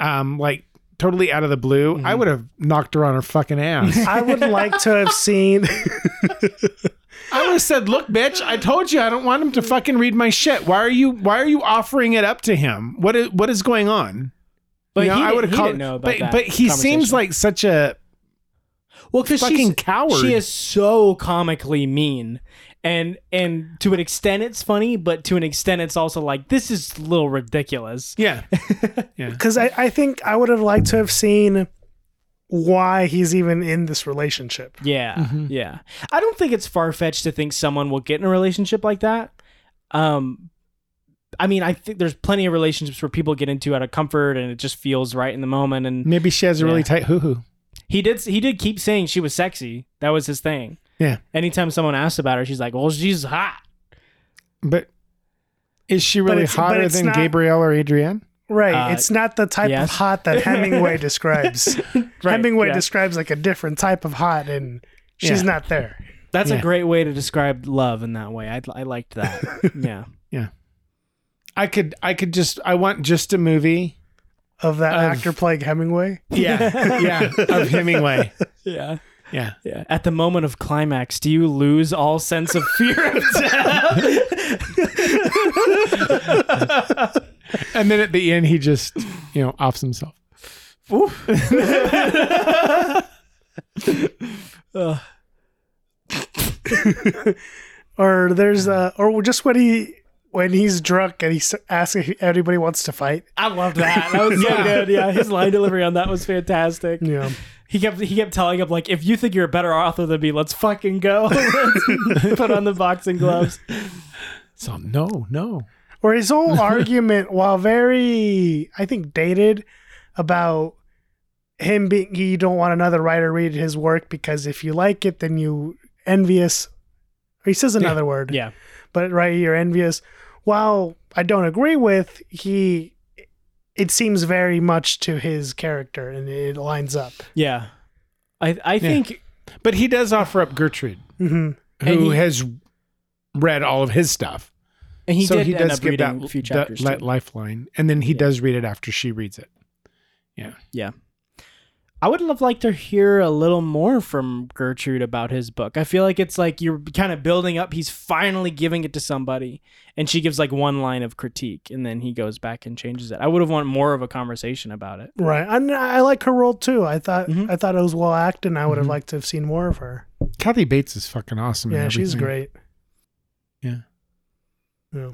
Speaker 2: um, like totally out of the blue. I
Speaker 1: Mm-hmm.
Speaker 2: would have knocked her on her
Speaker 1: (laughs)
Speaker 2: fucking (laughs) ass.
Speaker 3: I would like to have seen. (laughs)
Speaker 2: I would have said, "Look, bitch, I told you I don't want him to fucking read my shit. Why are you? Why are you offering it up to him? What is what is going on?"
Speaker 1: but
Speaker 2: You know,
Speaker 1: he, I would
Speaker 2: would've
Speaker 1: have
Speaker 2: called-
Speaker 1: didn't know about
Speaker 2: but,
Speaker 1: that
Speaker 2: but he
Speaker 1: conversation.
Speaker 2: seems like such a
Speaker 1: well, because
Speaker 2: fucking coward.
Speaker 1: She is so comically mean, and and to an extent it's funny, but to an extent it's also like this is a little ridiculous.
Speaker 2: (laughs) Yeah.
Speaker 3: because I, I think I would have liked to have seen why he's even in this relationship.
Speaker 1: Yeah,
Speaker 2: Mm-hmm.
Speaker 1: yeah. I don't think it's far fetched to think someone will get in a relationship like that. Um, I mean, I think there's plenty of relationships where people get into out of comfort and it just feels right in the moment. And
Speaker 2: Maybe she has a really
Speaker 1: Yeah.
Speaker 2: tight hoo hoo.
Speaker 1: he did, he did keep saying she was sexy. That was his thing.
Speaker 2: Yeah.
Speaker 1: Anytime someone asked about her, she's like, "Well, she's hot."
Speaker 2: But Is she really
Speaker 3: it's- but
Speaker 2: hotter
Speaker 3: it's
Speaker 2: than
Speaker 3: not-
Speaker 2: Gabrielle or Adrienne?
Speaker 3: Right.
Speaker 1: Uh,
Speaker 3: it's not the type
Speaker 1: yes.
Speaker 3: of hot that
Speaker 1: (laughs)
Speaker 3: Hemingway describes. Hemingway
Speaker 1: yeah.
Speaker 3: describes like a different type of hot, and
Speaker 2: Yeah.
Speaker 3: she's not there.
Speaker 1: That's
Speaker 2: Yeah.
Speaker 1: a great way to describe love in that way. I, I liked
Speaker 2: (laughs)
Speaker 1: that. yeah.
Speaker 2: I could I could just I want just a movie.
Speaker 3: Of that
Speaker 2: Of-
Speaker 3: actor playing Hemingway.
Speaker 2: Yeah. (laughs) yeah. Of Hemingway.
Speaker 1: Yeah.
Speaker 2: (laughs) Yeah.
Speaker 1: Yeah. At the moment of climax, do you lose all sense of fear of (laughs) death?
Speaker 2: And then at the end he just, you know, offs himself.
Speaker 1: Ugh.
Speaker 3: Or there's uh, or just when he when he's drunk and he s- asks if anybody wants to fight.
Speaker 1: I love that. That was so
Speaker 2: Yeah.
Speaker 1: good. Yeah, his line delivery on that was fantastic.
Speaker 3: Yeah.
Speaker 1: He kept he kept telling him like, if you think you're a better author than me, let's fucking go. (laughs) Put on the boxing gloves.
Speaker 2: So no, no.
Speaker 3: Or his
Speaker 1: (laughs)
Speaker 3: whole argument, while very, I think, dated about him being, he don't want another writer read his work because if you like it, then you envious. He says another word,
Speaker 1: Yeah,
Speaker 3: but right, you're envious. While I don't agree with, he, it seems very much to his character and it lines up.
Speaker 1: yeah. I I think
Speaker 2: But he does offer up Gertrude,
Speaker 3: hmm
Speaker 1: And
Speaker 2: who
Speaker 1: he-
Speaker 2: has read all of his stuff.
Speaker 1: and he
Speaker 2: so
Speaker 1: did
Speaker 2: he
Speaker 1: end
Speaker 2: does
Speaker 1: up
Speaker 2: give
Speaker 1: reading
Speaker 2: that,
Speaker 1: a few
Speaker 2: that
Speaker 1: chapters.
Speaker 2: li-
Speaker 1: too.
Speaker 2: lifeline. And then he
Speaker 1: Yeah.
Speaker 2: does read it after she reads it.
Speaker 1: I would have liked to hear a little more from Gertrude about his book. I feel like it's like you're kind of building up. He's finally giving it to somebody, and she gives like one line of critique, and then he goes back and changes it. I would have wanted more of a conversation about it.
Speaker 3: Right, and I like her role too. I thought
Speaker 1: Mhm.
Speaker 3: I thought it was well acted. and I would have
Speaker 2: Mhm.
Speaker 3: liked to have seen more of her.
Speaker 2: Kathy Bates is fucking awesome. in
Speaker 3: Yeah, she's
Speaker 2: everything.
Speaker 3: great.
Speaker 2: Yeah.
Speaker 3: Yeah.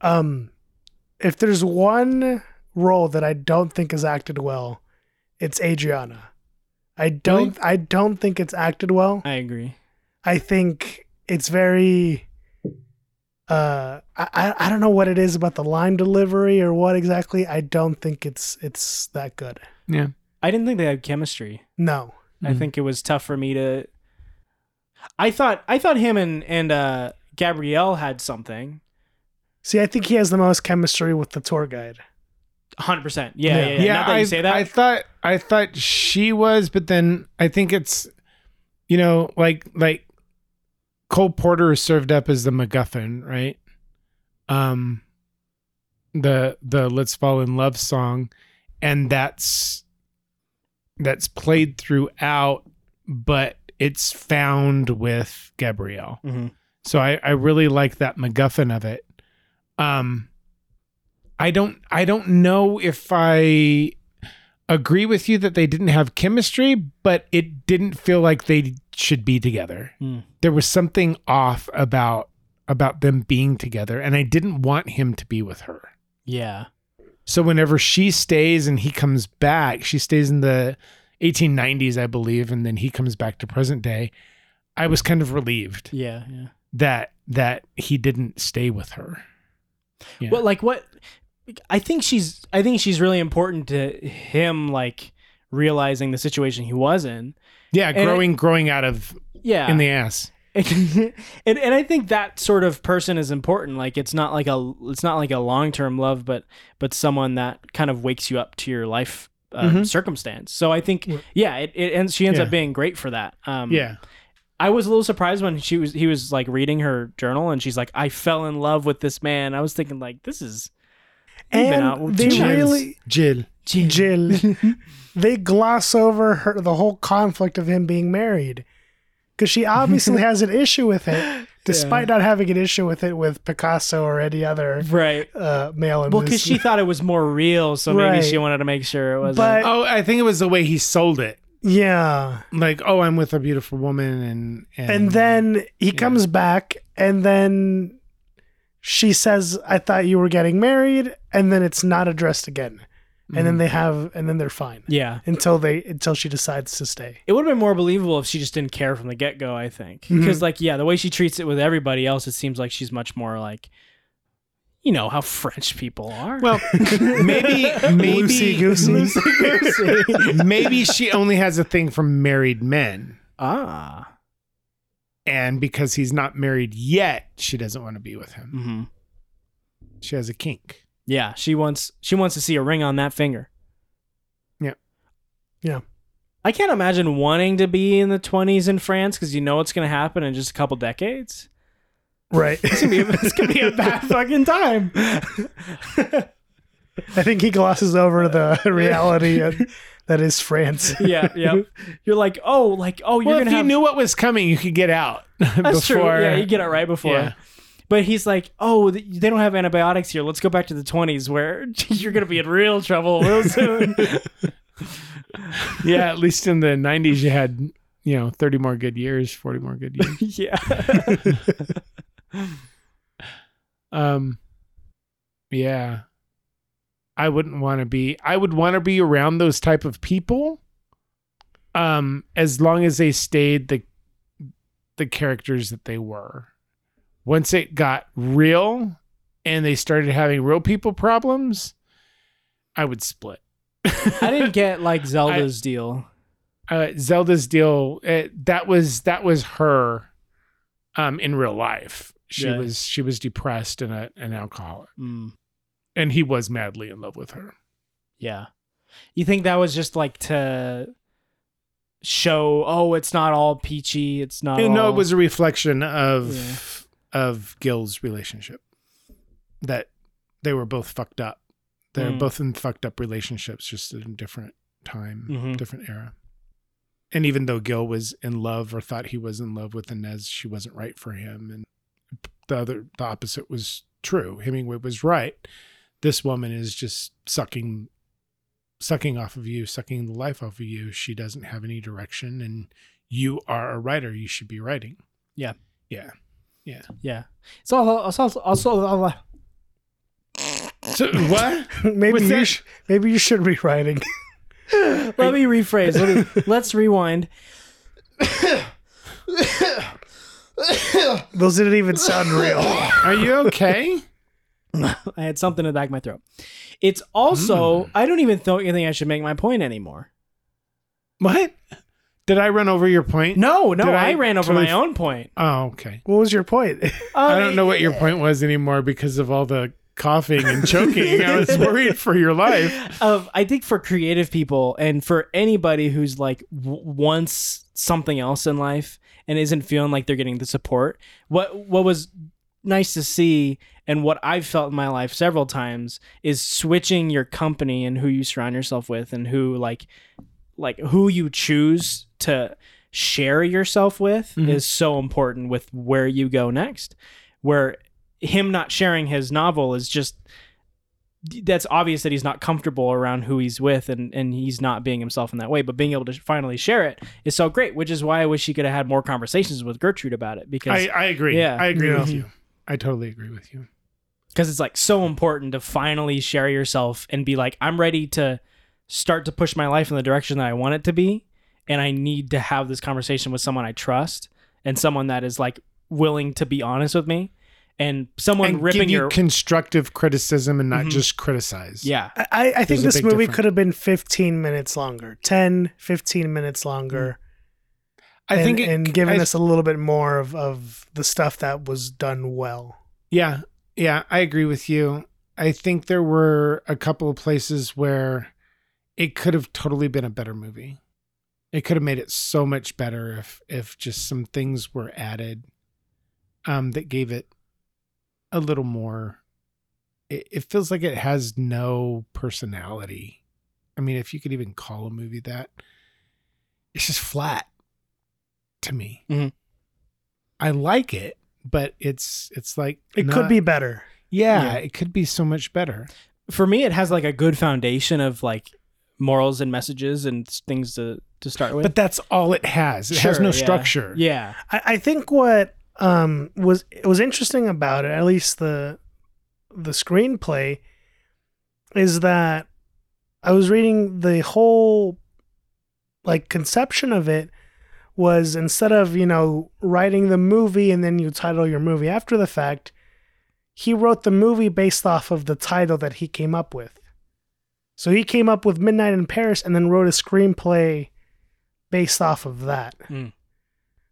Speaker 3: Um, if there's one role that I don't think is acted well, it's Adriana. I don't. I don't think it's acted well.
Speaker 1: I agree.
Speaker 3: I think it's very. Uh, I I- I don't know what it is about the line delivery or what exactly. I don't think it's it's that good.
Speaker 2: Yeah.
Speaker 1: I didn't think they had chemistry.
Speaker 3: No.
Speaker 1: I
Speaker 2: Mhm.
Speaker 1: think it was tough for me to. I thought I thought him and and uh, Gabrielle had something.
Speaker 3: See, I think he has the most chemistry with the tour guide.
Speaker 1: Hundred percent. Yeah, yeah.
Speaker 3: Yeah.
Speaker 1: yeah. Not that
Speaker 2: I,
Speaker 1: you say that.
Speaker 2: I thought I thought she was, but then I think it's you know, like like Cole Porter is served up as the MacGuffin, right? Um the the Let's Fall in Love song, and that's that's played throughout, but it's found with Gabrielle.
Speaker 1: Mhm.
Speaker 2: So I, I really like that MacGuffin of it. Um, I don't I don't know if I agree with you that they didn't have chemistry, but it didn't feel like they should be together.
Speaker 1: Hmm.
Speaker 2: There was something off about about them being together, and I didn't want him to be with her.
Speaker 1: Yeah.
Speaker 2: So whenever she stays and he comes back, she stays in the 1890s, I believe, and then he comes back to present day. I was kind of relieved
Speaker 1: Yeah. Yeah.
Speaker 2: that that he didn't stay with her. Yeah.
Speaker 1: Well, like what? I think she's. I think she's really important to him. Like realizing the situation he was in.
Speaker 2: Yeah,
Speaker 1: it-
Speaker 2: growing growing out of
Speaker 1: Yeah.
Speaker 2: in the ass.
Speaker 1: and (laughs) and I think that sort of person is important. Like it's not like a it's not like a long term love, but but someone that kind of wakes you up to your life um,
Speaker 2: Mhm.
Speaker 1: circumstance. So I think
Speaker 3: Yeah.
Speaker 1: yeah, it, it and she ends
Speaker 2: Yeah.
Speaker 1: up being great for that. Um,
Speaker 2: Yeah.
Speaker 1: I was a little surprised when she was he was like reading her journal and she's like, I fell in love with this man. I was thinking like this is You've been out with
Speaker 3: And they
Speaker 1: Jill.
Speaker 3: really
Speaker 2: Jill.
Speaker 3: Jill.
Speaker 1: (laughs)
Speaker 3: they gloss over her the whole conflict of him being married because she
Speaker 1: (laughs)
Speaker 3: obviously has an issue with it, despite not having an issue with it with Picasso or any other
Speaker 1: right.
Speaker 3: uh, male. in
Speaker 1: Well,
Speaker 3: this-
Speaker 1: because she thought it was more real, so maybe
Speaker 3: Right.
Speaker 1: she wanted to make sure it wasn't.
Speaker 3: But-
Speaker 2: Oh, I think it was the way he sold it.
Speaker 3: (laughs) yeah,
Speaker 2: Like, oh, I'm with a beautiful woman and and,
Speaker 3: and then he comes back, and then she says, "I thought you were getting married," and then it's not addressed again, and
Speaker 2: Mm-hmm.
Speaker 3: then they have, and then they're fine
Speaker 1: yeah,
Speaker 3: until they until she decides to stay.
Speaker 1: it would have been more believable if she just didn't care from the get go. I think because
Speaker 2: Mm-hmm.
Speaker 3: Mhm.
Speaker 1: like yeah, the way she treats it with everybody else, it seems like she's much more like, you know how French people are.
Speaker 2: (laughs) well, maybe maybe
Speaker 3: Loosey-goosey.
Speaker 2: (laughs) maybe she only has a thing for married men,
Speaker 1: ah,
Speaker 2: Mm-hmm. and because he's not married yet, she doesn't want to be with him.
Speaker 1: hmm
Speaker 2: She has a kink.
Speaker 1: Yeah, she wants she wants to see a ring on that finger.
Speaker 2: Yeah.
Speaker 3: Yeah.
Speaker 1: I can't imagine wanting to be in the 20s in France because you know what's going to happen in just a couple
Speaker 2: (laughs)
Speaker 1: decades.
Speaker 3: (laughs) Right.
Speaker 1: It's going to be it's gonna be a bad fucking time.
Speaker 3: (laughs) I think he glosses over
Speaker 2: (laughs)
Speaker 3: the reality of, that is France. (laughs)
Speaker 1: yeah, yeah.
Speaker 2: (laughs)
Speaker 1: You're like, oh, like oh, you're
Speaker 2: well, if
Speaker 1: gonna
Speaker 2: you
Speaker 1: have
Speaker 2: knew what was coming, you could get out (laughs)
Speaker 1: that's
Speaker 2: before.
Speaker 1: true. Yeah, you get it right before.
Speaker 2: Yeah.
Speaker 1: But he's like, oh, th- they don't have antibiotics here. Let's go back to the 20s where (laughs) you're gonna be in real trouble (laughs) real soon.
Speaker 2: yeah, at least in the 90s, you had, you know, 30 more good years, 40 more good
Speaker 1: (laughs)
Speaker 2: years.
Speaker 1: yeah.
Speaker 2: Um, yeah, I wouldn't want to be. I would want to be around those type of people. Um, as long as they stayed the the characters that they were. Once it got real, and they started having real people problems, I would split.
Speaker 1: I didn't get like Zelda's deal.
Speaker 2: uh, Zelda's deal it, that was that was her um in real life she
Speaker 1: Yeah.
Speaker 2: was she was depressed and a, an alcoholic
Speaker 1: Mm.
Speaker 2: and he was madly in love with her
Speaker 1: Yeah. You think that was just like to show, oh, it's not all peachy, it's not
Speaker 2: and no
Speaker 1: all-
Speaker 2: it was a reflection of of Gil's relationship that they were both fucked up they're
Speaker 1: Mm.
Speaker 2: both in fucked up relationships just in different time
Speaker 1: Mhm.
Speaker 2: different era and even though Gil was in love or thought he was in love with Inez she wasn't right for him and the other the opposite was true Hemingway was right this woman is just sucking sucking off of you sucking the life off of you she doesn't have any direction and you are a writer you should be writing
Speaker 1: Yeah.
Speaker 2: yeah yeah
Speaker 1: Yeah. It's also also also
Speaker 2: so what
Speaker 3: maybe
Speaker 2: What's
Speaker 3: you
Speaker 2: that?
Speaker 3: sh- maybe you should be writing.
Speaker 1: let me rephrase. Let (laughs) me, let's rewind.
Speaker 3: Those didn't even
Speaker 2: (laughs)
Speaker 3: sound real.
Speaker 2: are you okay
Speaker 1: I had something in the back of my throat. It's also I don't even think I think I should make my point anymore.
Speaker 2: (laughs) what did i run over your point
Speaker 1: No, no,
Speaker 2: Did
Speaker 1: I,
Speaker 2: I
Speaker 1: ran over
Speaker 2: totally
Speaker 1: my own point.
Speaker 2: oh okay
Speaker 3: What was your point?
Speaker 2: i don't know what your point was anymore because of all the coughing and choking i was worried for
Speaker 1: (laughs)
Speaker 2: your life
Speaker 1: of I think for creative people and for anybody who's like w- wants something else in life and isn't feeling like they're getting the support. What what was nice to see and what I've felt in my life several times is switching your company and who you surround yourself with and who like like who you choose to share yourself with
Speaker 2: Mhm.
Speaker 1: is so important with where you go next. Where him not sharing his novel is just that's obvious that he's not comfortable around who he's with and and he's not being himself in that way but being able to finally share it is so great which is why i wish he could have had more conversations with gertrude about it because
Speaker 2: i i agree
Speaker 1: Yeah.
Speaker 2: i agree with
Speaker 3: Yeah.
Speaker 2: you i totally agree with you
Speaker 1: because it's like so important to finally share yourself and be like i'm ready to start to push my life in the direction that i want it to be and i need to have this conversation with someone i trust and someone that is like willing to be honest with me and someone
Speaker 2: and
Speaker 1: ripping
Speaker 2: give you
Speaker 1: your
Speaker 2: constructive criticism and not
Speaker 1: Mhm.
Speaker 2: just criticize
Speaker 1: yeah
Speaker 3: I- I, I think
Speaker 2: There's a
Speaker 3: this
Speaker 2: big
Speaker 3: movie
Speaker 2: difference.
Speaker 3: could have been 15 minutes longer 10 15 minutes longer
Speaker 2: i
Speaker 3: and,
Speaker 2: think it,
Speaker 3: and giving
Speaker 2: I-
Speaker 3: us a little bit more of, of the stuff that was done well
Speaker 2: Yeah, yeah, I agree with you. I think there were a couple of places where it could have totally been a better movie. It could have made it so much better if if just some things were added um that gave it a little more it, it feels like it has no personality. I mean, if you could even call a movie that, it's just flat to me.
Speaker 3: Mm-hmm.
Speaker 1: Mhm.
Speaker 2: I like it, but it's it's like
Speaker 3: it
Speaker 2: not-
Speaker 3: could be better
Speaker 2: yeah,
Speaker 1: Yeah.
Speaker 2: it could be so much better.
Speaker 1: for me it has like a good foundation of like morals and messages and s- things to to start with
Speaker 2: But that's all it has. It has
Speaker 1: Sure,
Speaker 2: no
Speaker 1: yeah.
Speaker 2: structure.
Speaker 1: yeah
Speaker 3: I, I think what um, was it was interesting about it at least the the screenplay is that I was reading the whole like conception of it was instead of you know writing the movie and then you title your movie after the fact he wrote the movie based off of the title that he came up with so he came up with midnight in paris and then wrote a screenplay based off of that
Speaker 1: Mm.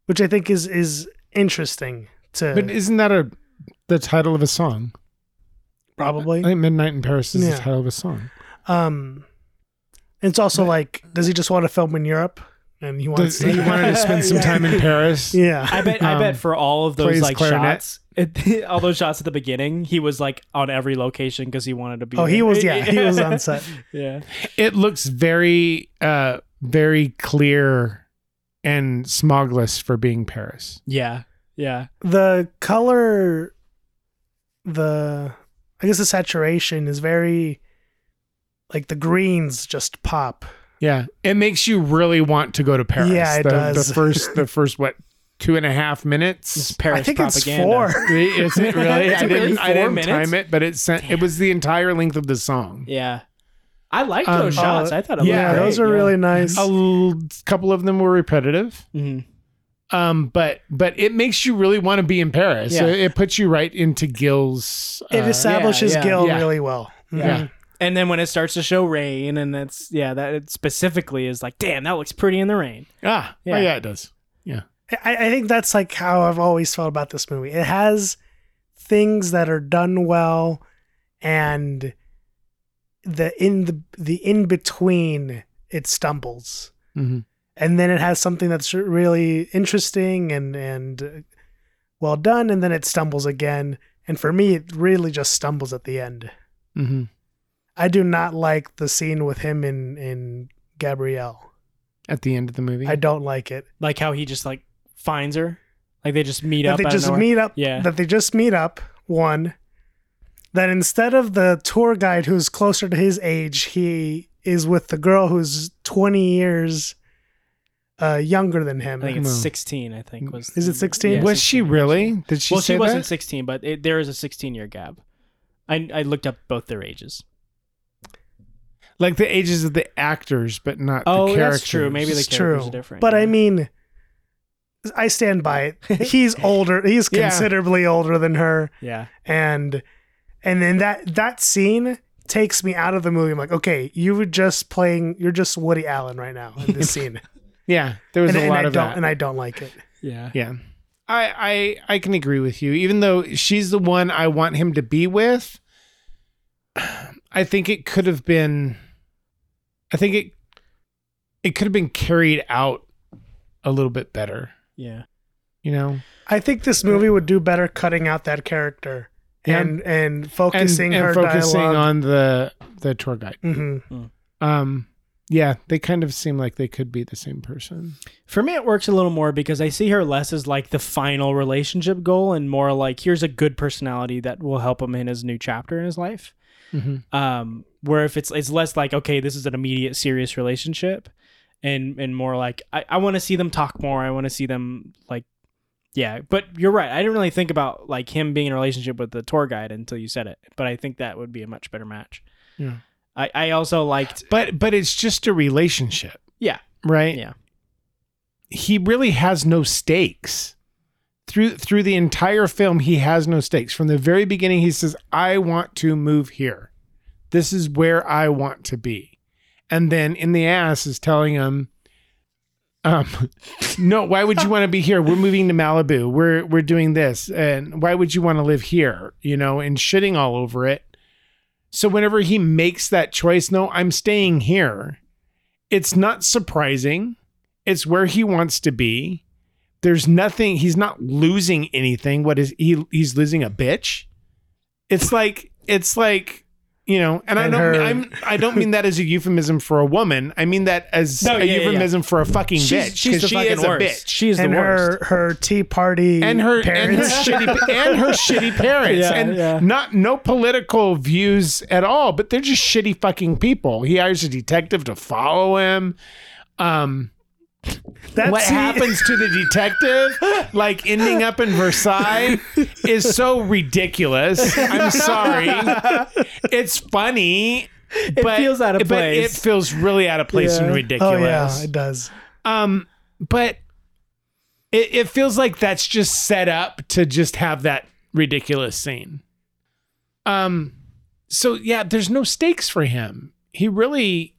Speaker 3: which i think is is interesting to
Speaker 2: But isn't that a the title of a song? I
Speaker 3: probably.
Speaker 2: think Midnight in Paris is
Speaker 3: Yeah.
Speaker 2: the title of a song.
Speaker 3: Um, it's also like, does he just want to film in Europe? And he wants
Speaker 2: Does, he
Speaker 3: to.
Speaker 2: wanted to spend
Speaker 3: (laughs)
Speaker 2: some time in Paris.
Speaker 3: yeah.
Speaker 1: I bet. I bet
Speaker 2: Um,
Speaker 1: for all of those
Speaker 2: plays
Speaker 1: like
Speaker 2: clarinet.
Speaker 1: shots, it, (laughs) all those shots at the beginning, he was like on every location because he wanted to be.
Speaker 3: Oh, he
Speaker 1: there.
Speaker 3: was. Yeah, he
Speaker 1: (laughs)
Speaker 3: was on set.
Speaker 1: yeah.
Speaker 2: It looks very, uh, very clear and smogless for being Paris.
Speaker 1: Yeah. Yeah.
Speaker 3: The color, the I guess the saturation is very, like the greens just pop.
Speaker 2: Yeah, it makes you really want to go to Paris.
Speaker 3: Yeah, it
Speaker 2: the,
Speaker 3: does.
Speaker 2: The first, the first what, two and a half minutes.
Speaker 1: Paris
Speaker 3: I think
Speaker 1: propaganda.
Speaker 3: it's four. (laughs)
Speaker 2: Is it really?
Speaker 1: Is
Speaker 2: I
Speaker 1: it
Speaker 2: didn't,
Speaker 1: really
Speaker 2: I didn't
Speaker 1: four minutes?
Speaker 2: time it, but it sent. It was the entire length of the song.
Speaker 1: Yeah. I liked
Speaker 2: Um,
Speaker 1: those shots.
Speaker 3: oh,
Speaker 1: I thought it
Speaker 2: yeah,
Speaker 1: looked
Speaker 3: Yeah,
Speaker 1: great.
Speaker 3: those are
Speaker 1: yeah.
Speaker 3: really nice.
Speaker 2: A l- couple of them were repetitive,
Speaker 1: Mhm.
Speaker 2: um, but but it makes you really want to be in Paris.
Speaker 1: Yeah.
Speaker 2: It, it puts you right into Gil's.
Speaker 3: It establishes
Speaker 1: yeah,
Speaker 3: Gil
Speaker 2: Uh, yeah.
Speaker 3: really well. Mm-hmm.
Speaker 2: Yeah.
Speaker 1: And then when it starts to show rain, and it's yeah, that it specifically is like, damn, that looks pretty in the rain.
Speaker 2: Ah, yeah.
Speaker 1: Yeah.
Speaker 2: yeah, it does.
Speaker 3: I, I think that's like how I've always felt about this movie. It has things that are done well, and the in the the in between it stumbles,
Speaker 2: Mhm.
Speaker 3: and then it has something that's really interesting and and uh, well done, and then it stumbles again. And for me, it really just stumbles at the end.
Speaker 2: Mhm.
Speaker 3: I do not like the scene with him in in Gabrielle.
Speaker 2: At the end of the movie,
Speaker 3: I don't like it.
Speaker 1: Like how he just like finds her, like they just meet
Speaker 3: that
Speaker 1: up.
Speaker 3: they
Speaker 1: out of
Speaker 3: just
Speaker 1: nowhere.
Speaker 3: meet up
Speaker 1: Yeah.
Speaker 3: that they just meet up one that instead of the tour guide who's closer to his age he is with the girl who's 20 years uh, younger than him
Speaker 1: I think it's
Speaker 2: No.
Speaker 1: sixteen. I think was
Speaker 3: Mm-hmm. Is it 16?
Speaker 1: Yeah,
Speaker 2: was she
Speaker 1: 16.
Speaker 2: really? Did she
Speaker 1: well,
Speaker 2: say
Speaker 1: she wasn't
Speaker 2: that?
Speaker 1: 16, but it, there is a 16 year gap. I, I looked up both their ages.
Speaker 2: Like the ages of the actors, but not
Speaker 1: Oh,
Speaker 2: the characters.
Speaker 1: that's true. Maybe the
Speaker 3: it's
Speaker 1: characters
Speaker 3: true
Speaker 1: are different.
Speaker 3: but
Speaker 1: yeah.
Speaker 3: i mean i stand by
Speaker 1: (laughs)
Speaker 3: it he's older he's
Speaker 2: Yeah.
Speaker 3: considerably older than her
Speaker 1: yeah,
Speaker 3: and and then that that scene takes me out of the movie i'm like okay you were just playing you're just woody allen right now in
Speaker 1: (laughs)
Speaker 3: this scene
Speaker 2: Yeah, there was
Speaker 3: and,
Speaker 2: a
Speaker 3: and
Speaker 2: lot
Speaker 3: i
Speaker 2: of
Speaker 3: don't
Speaker 2: that.
Speaker 3: and i don't like it
Speaker 1: yeah,
Speaker 2: Yeah. I, I I can agree with you. Even though she's the one I want him to be with, I think it could have been I think it it could have been carried out a little bit better,
Speaker 1: yeah.
Speaker 2: you know?
Speaker 3: I think this movie would do better cutting out that character and and focusing
Speaker 2: and, and
Speaker 3: her
Speaker 2: focusing
Speaker 3: dialogue.
Speaker 2: on the the tour guide.
Speaker 3: Mhm.
Speaker 2: Um yeah, they kind of seem like they could be the same person.
Speaker 1: For me, it works a little more because I see her less as like the final relationship goal and more like here's a good personality that will help him in his new chapter in his life.
Speaker 2: Mhm.
Speaker 1: Um, where if it's it's less like okay, this is an immediate serious relationship, and and more like I, I want to see them talk more. I want to see them like yeah. But you're right. I didn't really think about like him being in a relationship with the tour guide until you said it. But I think that would be a much better match.
Speaker 2: Yeah.
Speaker 1: I I also liked
Speaker 2: But but it's just a relationship.
Speaker 1: yeah
Speaker 2: right?
Speaker 1: Yeah.
Speaker 2: He really has no stakes. Through through the entire film, he has no stakes. From the very beginning, he says, I want to move here. This is where I want to be. And then in the ass is telling him, um, no, why would you want to be here? We're moving to Malibu. We're we're doing this. And why would you want to live here? You know, and shitting all over it. So whenever he makes that choice, no, I'm staying here it's not surprising. It's where he wants to be. There's nothing. He's not losing anything. What is he? He's losing a bitch. It's like it's like you know. And, I
Speaker 3: And
Speaker 2: don't.
Speaker 3: her-
Speaker 2: I'm, I don't mean that as a euphemism for a woman. I mean that as
Speaker 1: No,
Speaker 2: a
Speaker 1: yeah, yeah, yeah.
Speaker 2: euphemism for a fucking bitch.
Speaker 1: she's, she's
Speaker 2: 'cause
Speaker 1: the
Speaker 2: she
Speaker 1: fucking
Speaker 2: is
Speaker 1: worst.
Speaker 2: a bitch.
Speaker 1: She is
Speaker 3: And
Speaker 1: the
Speaker 3: her
Speaker 1: worst.
Speaker 3: her tea party
Speaker 2: And her and her
Speaker 3: parents.
Speaker 2: (laughs) shitty and her shitty
Speaker 1: (laughs)
Speaker 2: parents
Speaker 1: Yeah,
Speaker 2: and
Speaker 1: yeah.
Speaker 2: not no political views at all, but they're just shitty fucking people. He hires a detective to follow him. Um,
Speaker 3: that
Speaker 2: what
Speaker 3: scene-
Speaker 2: happens to the detective, like ending up in Versailles, is so ridiculous. I'm sorry. It's funny. It but,
Speaker 1: feels out of
Speaker 2: but
Speaker 1: place.
Speaker 2: it feels really out of place
Speaker 1: Yeah.
Speaker 2: and
Speaker 1: Oh,
Speaker 3: Oh
Speaker 2: ridiculous.
Speaker 3: yeah, it does.
Speaker 2: Um, but it, it feels like that's just set up to just have that ridiculous scene. Um, so yeah, there's no stakes for him. He really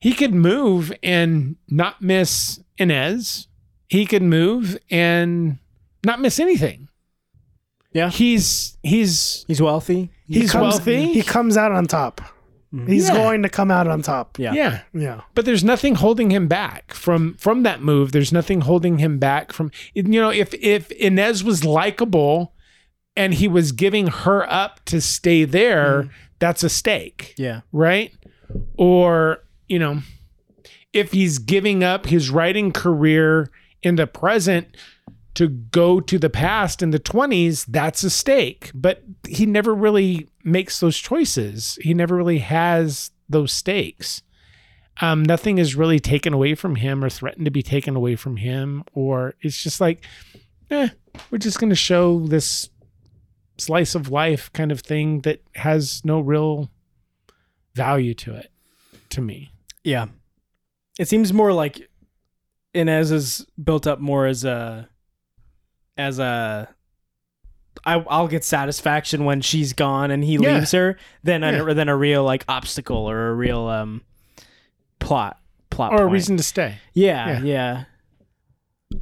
Speaker 2: he could move and not miss Inez. He could move and not miss anything.
Speaker 1: Yeah.
Speaker 2: he's he's
Speaker 1: He's wealthy.
Speaker 2: he's wealthy.
Speaker 3: He comes out on top. He's
Speaker 2: Yeah.
Speaker 3: going to come out on top.
Speaker 1: Yeah.
Speaker 2: Mm-hmm. yeah.
Speaker 3: Yeah.
Speaker 2: but there's nothing holding him back from from that move there's nothing holding him back from you know if if inez was likable and he was giving her up to stay there that's a stake
Speaker 1: Yeah.
Speaker 2: right or you know if he's giving up his writing career in the present to go to the past in the 20s that's a stake but he never really makes those choices he never really has those stakes um, nothing is really taken away from him or threatened to be taken away from him or it's just like eh, we're just going to show this slice of life kind of thing that has no real value to it to me
Speaker 1: Yeah. It seems more like Inez is built up more as a as a I, I'll get satisfaction when she's gone and he
Speaker 2: Yeah.
Speaker 1: leaves her than
Speaker 2: Yeah.
Speaker 1: a, than a real like obstacle or a real um plot plot
Speaker 2: or a
Speaker 1: point.
Speaker 2: reason to stay
Speaker 1: Yeah,
Speaker 2: Yeah.
Speaker 1: yeah.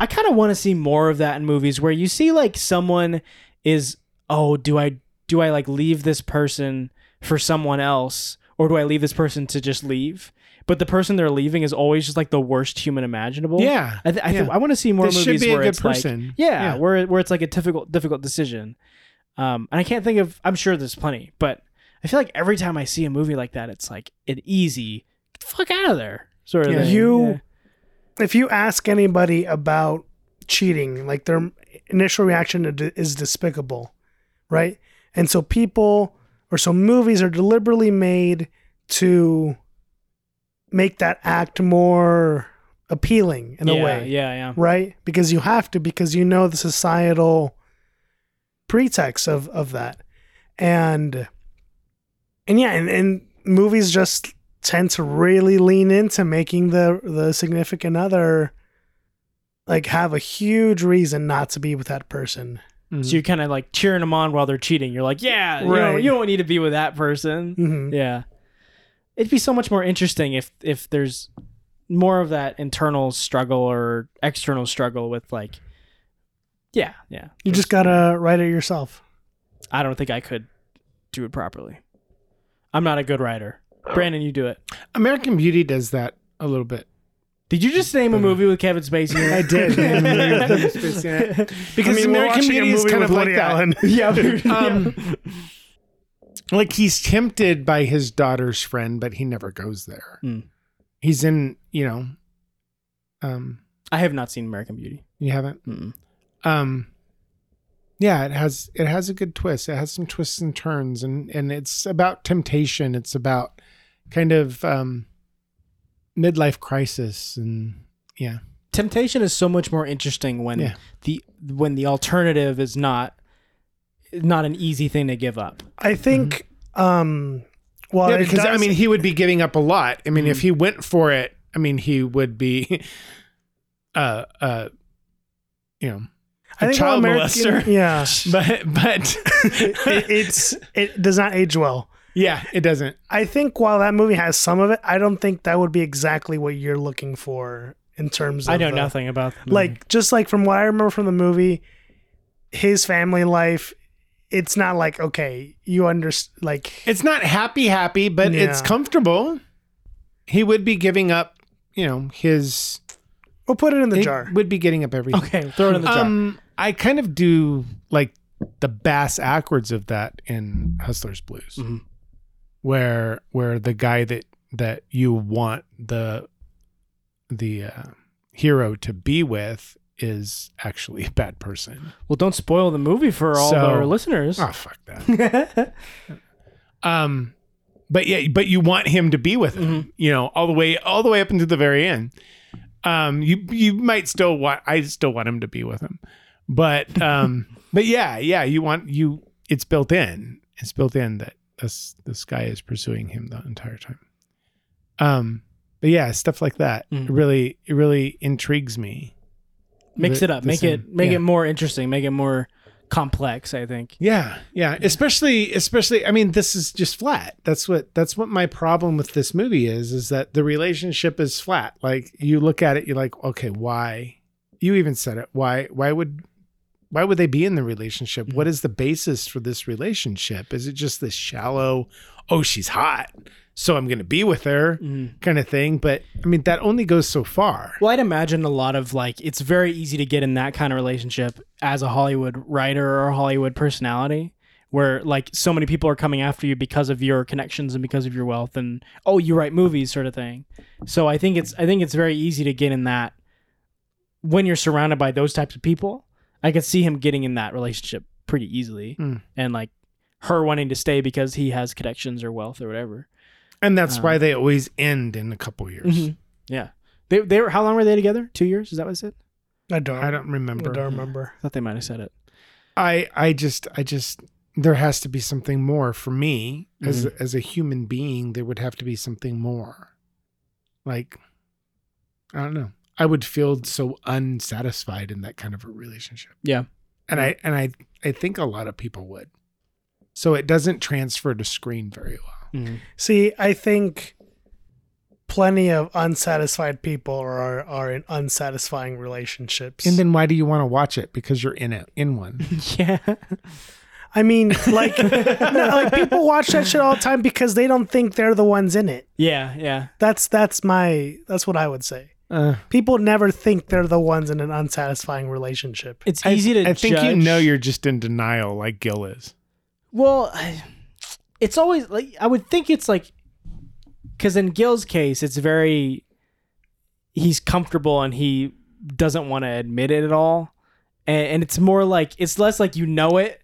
Speaker 1: I kind of want to see more of that in movies where you see like someone is, oh, do I do I like leave this person for someone else or do I leave this person to just leave? But the person they're leaving is always just like the worst human imaginable.
Speaker 2: yeah
Speaker 1: I, th- I, th-
Speaker 2: Yeah.
Speaker 1: I want to see more
Speaker 2: This should
Speaker 1: movies
Speaker 2: be a
Speaker 1: where
Speaker 2: good
Speaker 1: it's
Speaker 2: person.
Speaker 1: like, yeah,
Speaker 2: Yeah.
Speaker 1: where where it's like a difficult difficult decision. Um, and I can't think of. I'm sure there's plenty, but I feel like every time I see a movie like that, it's like an easy get the fuck out of there sort of
Speaker 2: Yeah.
Speaker 1: thing.
Speaker 3: You-
Speaker 1: Yeah.
Speaker 3: If you ask anybody about cheating, like their initial reaction to- is despicable, right? And so people or so movies are deliberately made to make that act more appealing in
Speaker 1: yeah,
Speaker 3: a way.
Speaker 1: Yeah, yeah.
Speaker 3: right? Because you have to, because you know the societal pretext of of that, and and yeah, and, and movies just tend to really lean into making the the significant other like have a huge reason not to be with that person.
Speaker 2: Mhm.
Speaker 1: So you're kind of like cheering them on while they're cheating. You're like, yeah, you, don't,
Speaker 3: Right.
Speaker 1: you don't need to be with that person.
Speaker 2: Mm-hmm.
Speaker 3: hmm
Speaker 1: Yeah. It'd be so much more interesting if if there's more of that internal struggle or external struggle with like, yeah, yeah.
Speaker 3: You just gotta write it yourself.
Speaker 1: I don't think I could do it properly. I'm not a good writer. Brandon, you do it.
Speaker 2: american beauty does that a little bit
Speaker 1: Did you just name a movie with Kevin Spacey? in it?
Speaker 2: (laughs) I did name a movie with Kevin Spacey in because
Speaker 3: we're
Speaker 2: american
Speaker 3: watching a
Speaker 2: beauty is
Speaker 3: movie
Speaker 2: kind
Speaker 3: with
Speaker 2: of like
Speaker 3: Woody
Speaker 2: that
Speaker 3: Allen.
Speaker 1: (laughs)
Speaker 2: (laughs)
Speaker 1: yeah.
Speaker 2: um, like he's tempted by his daughter's friend, but he never goes there.
Speaker 1: Hmm.
Speaker 2: He's in, you know, um,
Speaker 1: I have not seen American Beauty.
Speaker 2: you haven't.
Speaker 1: Mm-mm.
Speaker 2: Um, yeah, it has it has a good twist. It has some twists and turns, and and it's about temptation. It's about kind of um, midlife crisis, and yeah,
Speaker 1: temptation is so much more interesting when
Speaker 2: Yeah.
Speaker 1: the when the alternative is not not an easy thing to give up.
Speaker 3: I think. um Well,
Speaker 2: yeah.
Speaker 3: it
Speaker 2: Because I
Speaker 3: does- Mm-hmm.
Speaker 2: mean, he would be giving up a lot. I mean, if he went for it, I mean, he would be, (laughs) uh, uh, you know.
Speaker 3: I think
Speaker 2: child molester. (laughs)
Speaker 3: (laughs) Yeah,
Speaker 2: but but
Speaker 3: it, it's it does not age well.
Speaker 2: yeah, it doesn't.
Speaker 3: I think while that movie has some of it, I don't think that would be exactly what you're looking for in terms of
Speaker 1: I know
Speaker 3: the-
Speaker 1: nothing about that movie.
Speaker 3: Like just like from what I remember from the movie, his family life, it's not like okay, you understand like
Speaker 2: It's not happy happy, but it's
Speaker 3: Yeah.
Speaker 2: comfortable. He would be giving up, you know, his
Speaker 3: we'll put it in the
Speaker 2: he
Speaker 3: jar.
Speaker 2: would be getting up everything.
Speaker 1: okay, throw it in the jar.
Speaker 2: Um I kind of do like the bass backwards of that in Hustler's Blues.
Speaker 1: Mhm.
Speaker 2: Where where the guy that that you want the the uh, hero to be with is actually a bad person.
Speaker 1: well, don't spoil the movie for all
Speaker 2: So-
Speaker 1: our listeners. (laughs) Mm-hmm.
Speaker 2: Oh fuck that. Um, but yeah, but you want him to be with him, you know, all the way, all the way up until the very end. Um, you you might still want, I still want him to be with him, but um, but yeah, yeah, you want you. It's built in. It's built in that this this guy is pursuing him the entire time. Um, but yeah, stuff like that
Speaker 1: Mhm.
Speaker 2: it really it really intrigues me.
Speaker 1: Mix
Speaker 2: The-
Speaker 1: it up.
Speaker 2: the
Speaker 1: Make it
Speaker 2: same-
Speaker 1: make
Speaker 2: yeah.
Speaker 1: it more interesting. Make it more complex, I think.
Speaker 2: Yeah, yeah, especially especially I mean this is just flat. That's what that's what my problem with this movie is is that the relationship is flat. Like you look at it you're like okay, why? You even said it. Why why would Why would they be in the relationship? What is the basis for this relationship? Is it just this shallow, oh, she's hot, so I'm going to be with her
Speaker 1: Mm. Mm-hmm.
Speaker 2: kind of thing? But I mean, that only goes so far.
Speaker 1: Well, I'd imagine a lot of like it's very easy to get in that kind of relationship as a Hollywood writer or a Hollywood personality where like so many people are coming after you because of your connections and because of your wealth and oh you write movies sort of thing. So I think it's I think it's very easy to get in that when you're surrounded by those types of people. I could see him getting in that relationship pretty easily
Speaker 2: Mm.
Speaker 1: and like her wanting to stay because he has connections or wealth or whatever.
Speaker 2: And that's
Speaker 1: Um,
Speaker 2: why they always end in a couple years.
Speaker 1: Mhm. Yeah. They, they were how long were they together? Two years? Is that what it said?
Speaker 3: I don't.
Speaker 2: I don't
Speaker 3: I
Speaker 2: remember.
Speaker 3: don't remember.
Speaker 1: I thought they might have said it.
Speaker 2: I I just I just there has to be something more for me as
Speaker 1: Mm-hmm.
Speaker 2: as a human being. There would have to be something more. Like I don't know. I would feel so unsatisfied in that kind of a relationship.
Speaker 1: Yeah.
Speaker 2: And I and I I think a lot of people would. So it doesn't transfer to screen very well.
Speaker 1: Mhm.
Speaker 3: See, I think plenty of unsatisfied people are are in unsatisfying relationships.
Speaker 2: And then why do you want to watch it? Because you're in it
Speaker 1: (laughs)
Speaker 2: in one.
Speaker 1: (laughs) Yeah.
Speaker 3: I mean,
Speaker 1: (laughs)
Speaker 3: like, no, like people watch that shit all the time because they don't think they're the ones in it.
Speaker 1: Yeah, yeah.
Speaker 3: That's that's my that's what I would say.
Speaker 2: Uh,
Speaker 3: People never think they're the ones in an unsatisfying relationship.
Speaker 1: It's easy to.
Speaker 2: I think you
Speaker 1: judge.
Speaker 2: know you're just in denial, like Gil is.
Speaker 1: Well, I- it's always like I would think it's like, because in Gil's case, it's very. He's comfortable and he doesn't want to admit it at all, and, and it's more like it's less like you know it,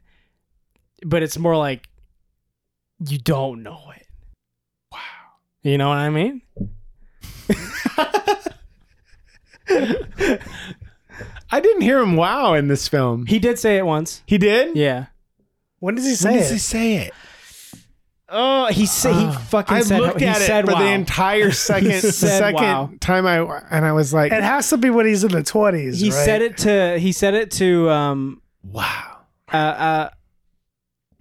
Speaker 1: but it's more like you don't know it. Wow. You know what I mean?
Speaker 2: I didn't hear him wow in this film.
Speaker 1: He did say it once.
Speaker 2: He did?
Speaker 1: Yeah.
Speaker 3: When does he say
Speaker 2: When does
Speaker 3: it?
Speaker 2: he say it?
Speaker 1: Oh, he said he fucking
Speaker 2: I
Speaker 1: said
Speaker 2: looked
Speaker 1: he
Speaker 2: at
Speaker 1: said
Speaker 2: it for
Speaker 1: wow.
Speaker 2: the entire second
Speaker 1: said
Speaker 2: second
Speaker 1: wow.
Speaker 2: time I and I was like,
Speaker 3: It has to be when he's in the twenties.
Speaker 1: he
Speaker 3: right?
Speaker 1: said it to he said it to um
Speaker 2: "Wow,
Speaker 1: uh uh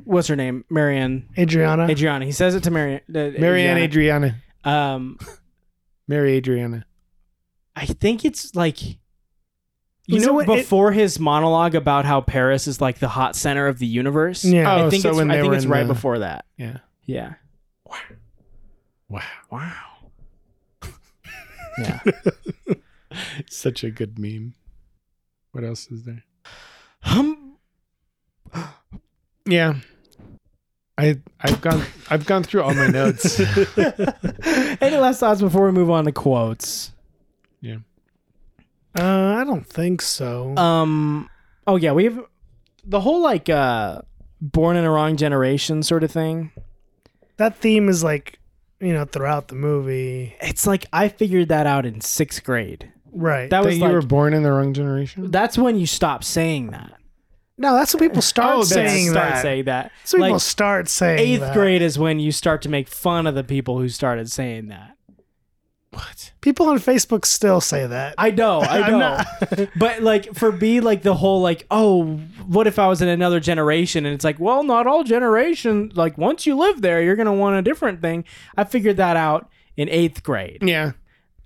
Speaker 1: what's her name Marianne
Speaker 3: Adriana.
Speaker 1: Adriana he says it to Marianne uh,
Speaker 2: Uh-huh. Marianne Adriana,
Speaker 1: um
Speaker 2: Mary Adriana."
Speaker 1: I think it's like you
Speaker 2: Was
Speaker 1: know
Speaker 2: it when it-
Speaker 1: before his monologue about how Paris is like the hot center of the universe
Speaker 3: yeah.
Speaker 2: Oh,
Speaker 1: I think
Speaker 2: so
Speaker 1: it's,
Speaker 2: when
Speaker 1: I
Speaker 2: they
Speaker 1: think
Speaker 2: were
Speaker 1: it's
Speaker 2: in
Speaker 1: right
Speaker 2: the-
Speaker 1: before that
Speaker 2: Yeah,
Speaker 1: yeah
Speaker 2: wow,
Speaker 1: wow (laughs) yeah
Speaker 2: such a good meme. What else is there?
Speaker 1: um,
Speaker 2: Yeah, I I've gone I've gone through all my
Speaker 1: (laughs)
Speaker 2: notes.
Speaker 1: any last thoughts before we move on to quotes
Speaker 3: Uh, I don't think so.
Speaker 1: Um. Oh yeah, we have the whole like uh, born in a wrong generation sort of thing.
Speaker 3: that theme is like, you know, throughout the movie.
Speaker 1: It's like I figured that out in sixth grade.
Speaker 3: Right.
Speaker 1: That
Speaker 2: that
Speaker 1: was
Speaker 2: you
Speaker 1: like
Speaker 2: were born in the wrong generation.
Speaker 1: that's when you stop saying that.
Speaker 3: no, that's what people start
Speaker 2: Oh, that's-
Speaker 3: saying
Speaker 1: start
Speaker 3: that.
Speaker 1: saying that.
Speaker 3: that's what people
Speaker 1: like
Speaker 3: start saying.
Speaker 1: eighth
Speaker 3: that.
Speaker 1: grade is when you start to make fun of the people who started saying that.
Speaker 2: what?
Speaker 3: People on Facebook still say that.
Speaker 1: I
Speaker 3: (laughs)
Speaker 1: know, I
Speaker 3: I'm
Speaker 1: know.
Speaker 3: not- (laughs)
Speaker 1: but like for me, like the whole like, oh, what if I was in another generation? And it's like, well, not all generation. Like once you live there, you're gonna want a different thing. I figured that out in eighth grade,
Speaker 2: Yeah,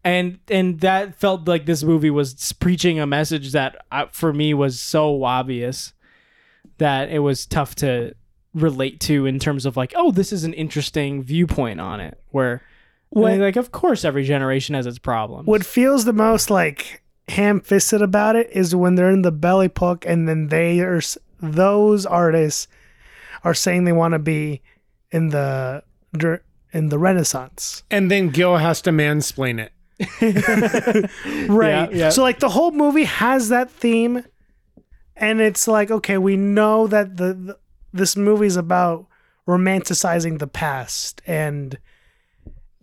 Speaker 1: and and that felt like this movie was preaching a message that uh, for me was so obvious that it was tough to relate to in terms of like, oh, this is an interesting viewpoint on it. Where,
Speaker 3: What-
Speaker 1: like, of course, every generation has its problems.
Speaker 3: what feels the most like ham-fisted about it is when they're in the belly puck and then they are s- those artists are saying they want to be in the dur- in the renaissance
Speaker 2: and then Gil has to mansplain it.
Speaker 3: right
Speaker 1: Yeah, yeah.
Speaker 3: so like the whole movie has that theme and it's like okay we know that the, the this movie's about romanticizing the past and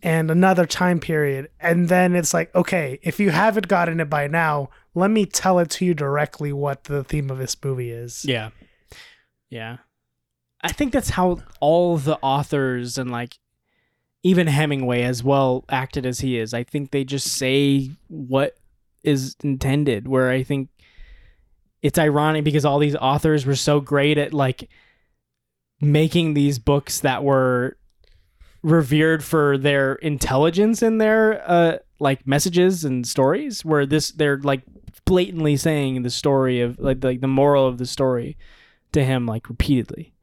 Speaker 3: and another time period and then it's like okay if you haven't gotten it by now let me tell it to you directly what the theme of this movie is
Speaker 1: Yeah. Yeah. I think that's how all the authors and like even Hemingway as well acted as he is. I think they just say what is intended where I think it's ironic because all these authors were so great at like making these books that were revered for their intelligence in their uh like messages and stories where this they're like blatantly saying the story of like like the moral of the story to him like repeatedly.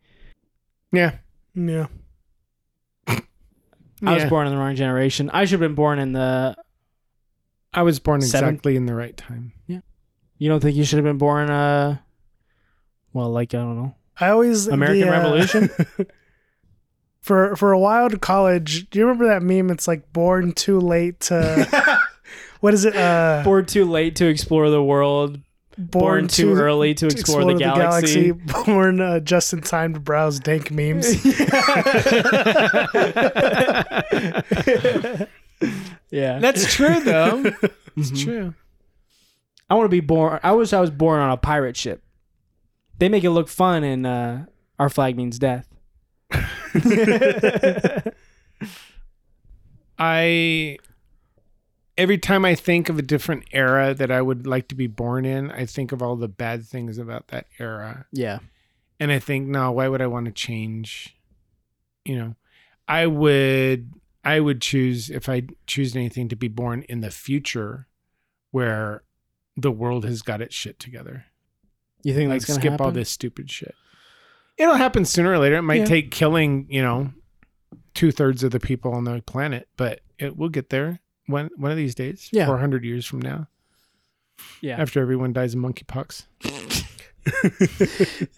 Speaker 2: Yeah.
Speaker 3: Yeah.
Speaker 1: I was
Speaker 2: Yeah.
Speaker 1: born in the wrong generation. I should have been born in the.
Speaker 2: I was born
Speaker 1: Seven.
Speaker 2: exactly in the right time.
Speaker 1: You don't think you should have been born? Uh, well, like I don't know.
Speaker 3: I always
Speaker 1: American
Speaker 3: the, uh,
Speaker 1: Revolution?
Speaker 3: (laughs) for for a while in college, do you remember that meme? It's like born too late to
Speaker 1: (laughs)
Speaker 3: what is it? Uh, born,
Speaker 1: Born too late to explore the world. (laughs) Born, too, early to
Speaker 3: to
Speaker 1: explore, the, galaxy.
Speaker 3: galaxy. (laughs) Born uh, just in time to browse dank memes.
Speaker 1: (laughs) yeah,
Speaker 2: That's true, though. (laughs) it's
Speaker 1: Mhm.
Speaker 2: true.
Speaker 1: I want to be born. I wish I was born on a pirate ship. They make it look fun, and uh, our flag means (laughs) death.
Speaker 2: I every time I think of a different era that I would like to be born in, I think of all the bad things about that era.
Speaker 1: Yeah,
Speaker 2: and I think, no, why would I want to change? You know, I would I would choose if I choose anything to be born in the future where the world has got its shit together.
Speaker 1: you think
Speaker 2: Like
Speaker 1: that's gonna
Speaker 2: skip all
Speaker 1: happen?
Speaker 2: this stupid shit. It'll happen sooner or later. It might
Speaker 1: Yeah.
Speaker 2: take killing, you know, two thirds of the people on the planet, but it will get there one one of these days.
Speaker 1: Yeah.
Speaker 2: Four hundred years from now.
Speaker 1: Yeah.
Speaker 2: After everyone dies of monkeypox.
Speaker 1: (laughs)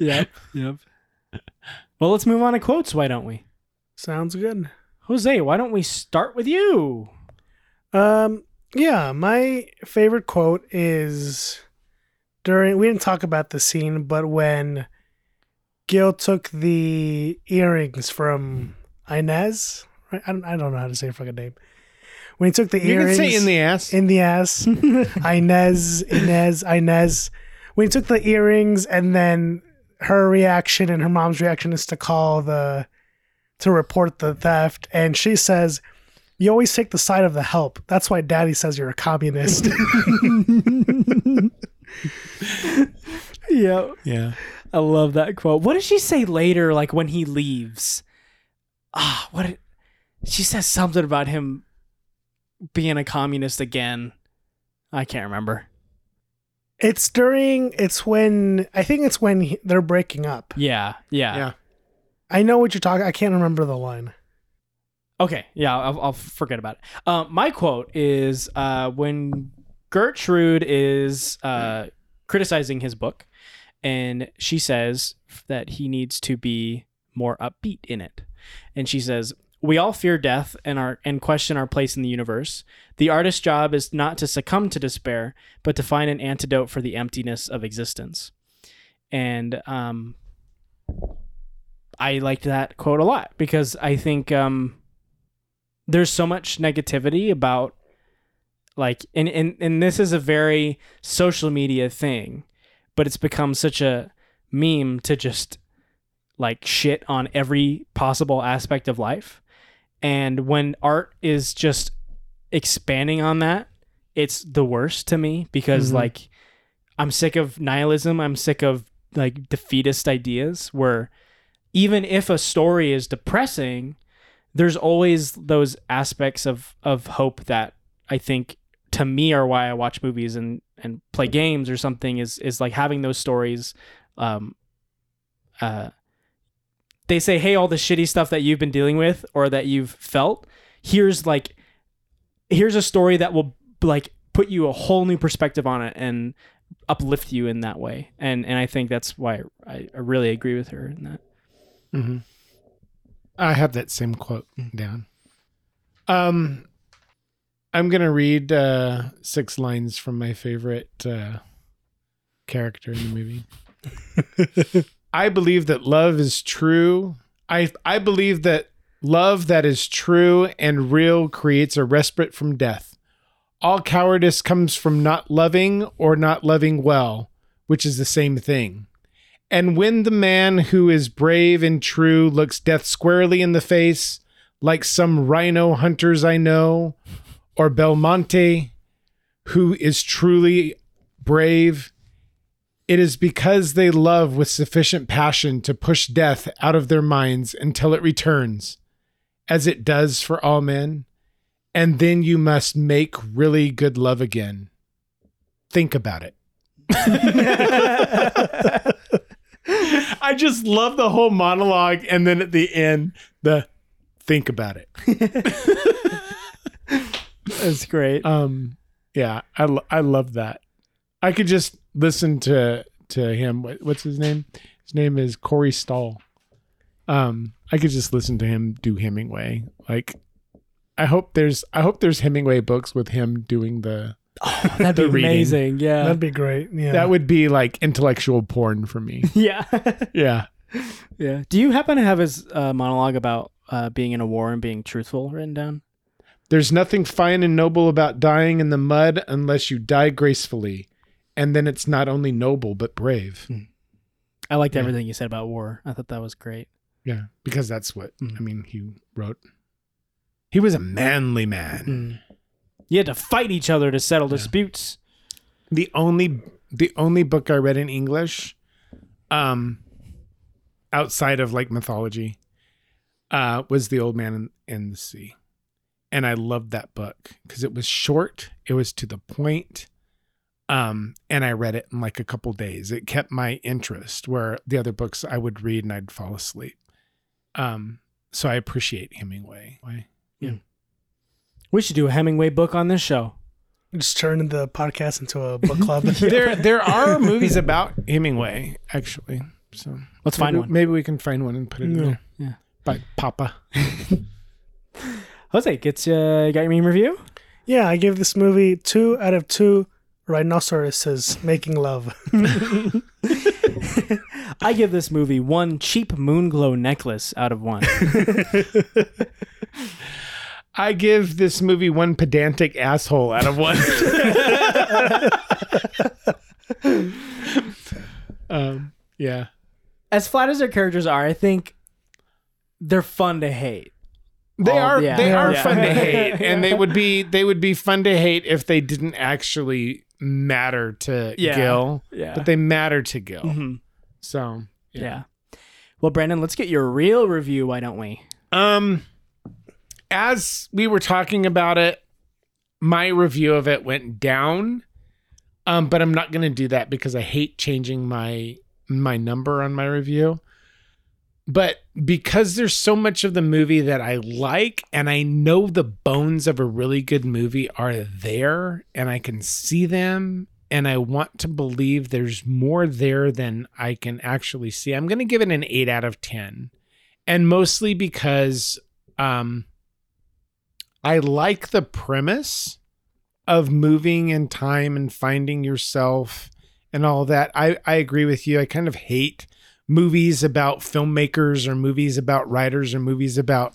Speaker 1: Yep, yep. Well, let's move on to quotes. Why don't we,
Speaker 3: Sounds good.
Speaker 1: Jose? Why don't we start with you?
Speaker 3: Um, yeah, my favorite quote is during we didn't talk about the scene, but when Gil took the earrings from
Speaker 1: Hmm.
Speaker 3: Inez, right? I don't, I don't know how to say her fucking name. When he took the
Speaker 2: You can
Speaker 3: earrings
Speaker 2: say in the ass.
Speaker 3: in the
Speaker 2: (laughs)
Speaker 3: ass, Inez, Inez, Inez. When he took the earrings and then her reaction and her mom's reaction is to call the to report the theft and she says you always take the side of the help that's why daddy says you're a communist
Speaker 2: (laughs)
Speaker 1: Yep.
Speaker 2: yeah.
Speaker 1: I love that quote. What does she say later, like when he leaves? Ah, what? It, she says something about him being a communist again. I can't remember.
Speaker 3: it's during it's when i think it's when he- they're breaking up
Speaker 1: Yeah, yeah.
Speaker 2: Yeah.
Speaker 3: i know what you're talking i can't remember the line
Speaker 1: Okay, yeah, I'll, I'll forget about it. Um, my quote is uh, when Gertrude is uh, criticizing his book, and she says that he needs to be more upbeat in it. And she says, "We all fear death and our and question our place in the universe. The artist's job is not to succumb to despair, but to find an antidote for the emptiness of existence." And um, I liked that quote a lot because I think um, there's so much negativity about like and, and and this is a very social media thing but it's become such a meme to just like shit on every possible aspect of life and when art is just expanding on that it's the worst to me because
Speaker 2: Mhm.
Speaker 1: like i'm sick of nihilism i'm sick of like defeatist ideas where even if a story is depressing there's always those aspects of of hope that I think to me are why I watch movies and and play games or something is is like having those stories um uh they say hey all the shitty stuff that you've been dealing with or that you've felt here's like here's a story that will like put you a whole new perspective on it and uplift you in that way and and I think that's why I, I really agree with her in that
Speaker 2: hmm I have that same quote down. Um, I'm gonna read uh, six lines from my favorite uh, character in the movie. I believe that love is true. I I believe that love that is true and real creates a respite from death. All cowardice comes from not loving or not loving well, which is the same thing. And when the man who is brave and true looks death squarely in the face, like some rhino hunters I know, or Belmonte, who is truly brave, it is because they love with sufficient passion to push death out of their minds until it returns, as it does for all men. And then you must make really good love again. Think about it. I just love the whole monologue, and then at the end, the think about it.
Speaker 1: That's great.
Speaker 2: Um, yeah, I lo- I love that. I could just listen to to him. What, what's his name? His name is Corey Stahl. Um, I could just listen to him do Hemingway. Like, I hope there's I hope there's Hemingway books with him doing the.
Speaker 1: (laughs) That'd be
Speaker 2: the reading.
Speaker 1: amazing. Yeah.
Speaker 3: That'd be great. Yeah.
Speaker 2: Uh, That would be like intellectual porn for me.
Speaker 1: (laughs) yeah.
Speaker 2: yeah.
Speaker 1: yeah. Do you happen to have his uh, monologue about uh, being in a war and being truthful written down?
Speaker 2: There's nothing fine and noble about dying in the mud unless you die gracefully. And then it's not only noble, but brave.
Speaker 1: I liked
Speaker 2: Yeah.
Speaker 1: everything you said about war. I thought that was great.
Speaker 2: Yeah. Because that's what,
Speaker 1: Mm.
Speaker 2: I mean, he wrote. He was a manly man.
Speaker 1: You had to fight each other to settle disputes.
Speaker 2: The only the only book I read in English um outside of like mythology uh was The Old Man and, and the Sea. And I loved that book cuz it was short, it was to the point. Um and I read it in like a couple days. It kept my interest where the other books I would read and I'd fall asleep. Um so I appreciate Hemingway.
Speaker 1: We should do a Hemingway book on this show.
Speaker 3: just turn the podcast into
Speaker 2: (laughs)
Speaker 3: a book club.
Speaker 2: There there are
Speaker 1: (laughs)
Speaker 2: movies about Hemingway actually. So
Speaker 1: Let's
Speaker 2: maybe,
Speaker 1: find one.
Speaker 2: Maybe we can find one and put it in
Speaker 3: Yeah.
Speaker 2: there.
Speaker 1: Yeah.
Speaker 2: By Papa.
Speaker 1: Jose, gets uh, you got your meme review?
Speaker 3: Yeah, I give this movie two out of two rhinoceroses making love. (laughs)
Speaker 1: I give this movie one cheap moon glow necklace out of (laughs) one.
Speaker 2: I give this movie one pedantic asshole out of one. (laughs) um, yeah.
Speaker 1: as flat as their characters are, I think they're fun to hate.
Speaker 2: They
Speaker 1: Oh,
Speaker 2: are
Speaker 1: yeah.
Speaker 2: they are
Speaker 1: Yeah. (laughs)
Speaker 2: fun to hate, and they would be they would be fun to hate if they didn't actually matter to
Speaker 1: Yeah.
Speaker 2: Gil,
Speaker 1: Yeah.
Speaker 2: but they matter to Gil.
Speaker 1: Mhm.
Speaker 2: So
Speaker 1: yeah. Well, Brandon, let's get your real review, why don't we?
Speaker 2: Um, as we were talking about it, my review of it went down. Um, but I'm not gonna do that because I hate changing my my number on my review. But because there's so much of the movie that I like, and I know the bones of a really good movie are there, and I can see them, and I want to believe there's more there than I can actually see. I'm gonna give it an eight out of ten and mostly because um I like the premise of moving in time and finding yourself and all that. I I agree with you. I kind of hate movies about filmmakers or movies about writers or movies about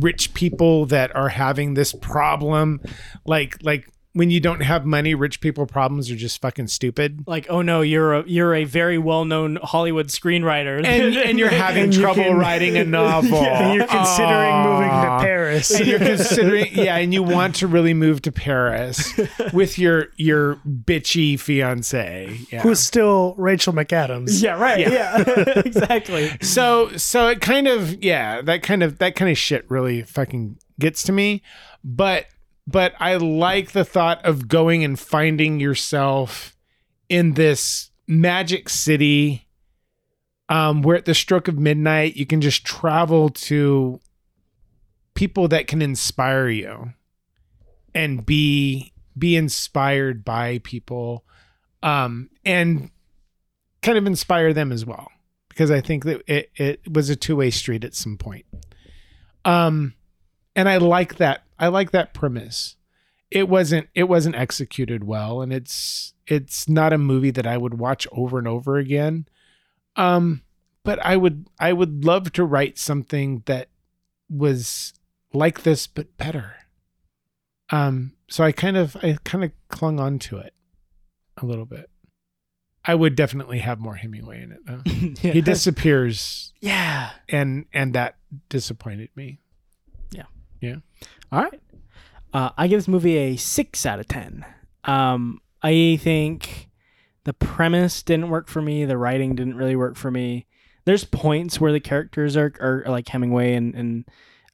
Speaker 2: rich people that are having this problem like like when you don't have money, rich people problems are just fucking stupid.
Speaker 1: Like, oh no, you're a you're a very well known Hollywood screenwriter. (laughs)
Speaker 2: And, and
Speaker 3: (laughs)
Speaker 2: you're having
Speaker 3: And you
Speaker 2: trouble
Speaker 3: can-
Speaker 2: writing
Speaker 3: (laughs)
Speaker 2: a novel.
Speaker 3: and you're considering moving
Speaker 2: Aw.
Speaker 3: to Paris. (laughs)
Speaker 2: and you're considering (laughs) yeah and you want to really move to paris with your your bitchy fiance yeah.
Speaker 3: Who's still Rachel McAdams?
Speaker 1: yeah, right. Yeah, (laughs) exactly.
Speaker 2: so so it kind of yeah that kind of that kind of shit really fucking gets to me but but i like the thought of going and finding yourself in this magic city um where at the stroke of midnight you can just travel to people that can inspire you and be be inspired by people um and kind of inspire them as well because I think that it, it was a two way street at some point. Um, and I like that. I like that premise. It wasn't it wasn't executed well, and it's it's not a movie that I would watch over and over again. Um, but I would I would love to write something that was like this but better. Um, so I kind of I kind of clung on to it a little bit. I would definitely have more Hemingway in it though
Speaker 1: (laughs) yeah. (laughs)
Speaker 2: he disappears
Speaker 1: yeah.
Speaker 2: and and that disappointed me
Speaker 1: All right. Uh, I give this movie a six out of ten. Um, I think the premise didn't work for me. The writing didn't really work for me. There's points where the characters are, are like Hemingway and and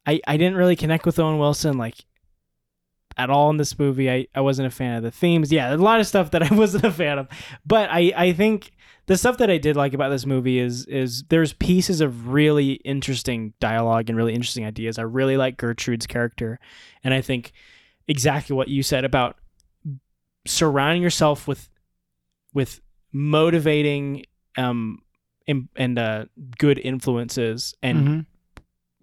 Speaker 1: I, I didn't really connect with Owen Wilson. Like at all in this movie. I, I wasn't a fan of the themes. Yeah, a lot of stuff that (laughs) I wasn't a fan of. But I, I think the stuff that I did like about this movie is is there's pieces of really interesting dialogue and really interesting ideas. I really like Gertrude's character. And I think exactly what you said about surrounding yourself with with motivating um and, and uh good influences and
Speaker 2: Mhm.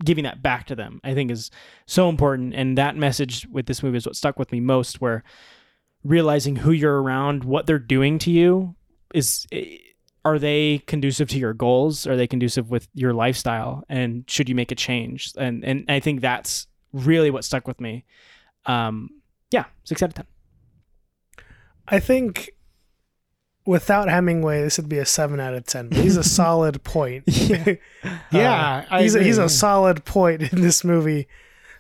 Speaker 1: giving that back to them, I think is so important. And that message with this movie is what stuck with me most, where realizing who you're around, what they're doing to you is eh, are they conducive to your goals? Are they conducive with your lifestyle? And should you make a change? And and I think that's really what stuck with me. Um, yeah, six out of ten.
Speaker 3: (laughs) I think without Hemingway, this would be a seven out of ten. But
Speaker 2: (laughs)
Speaker 3: he's a solid point. (laughs)
Speaker 2: Yeah, I
Speaker 3: he's a, he's
Speaker 2: agree.
Speaker 3: a solid point in this movie.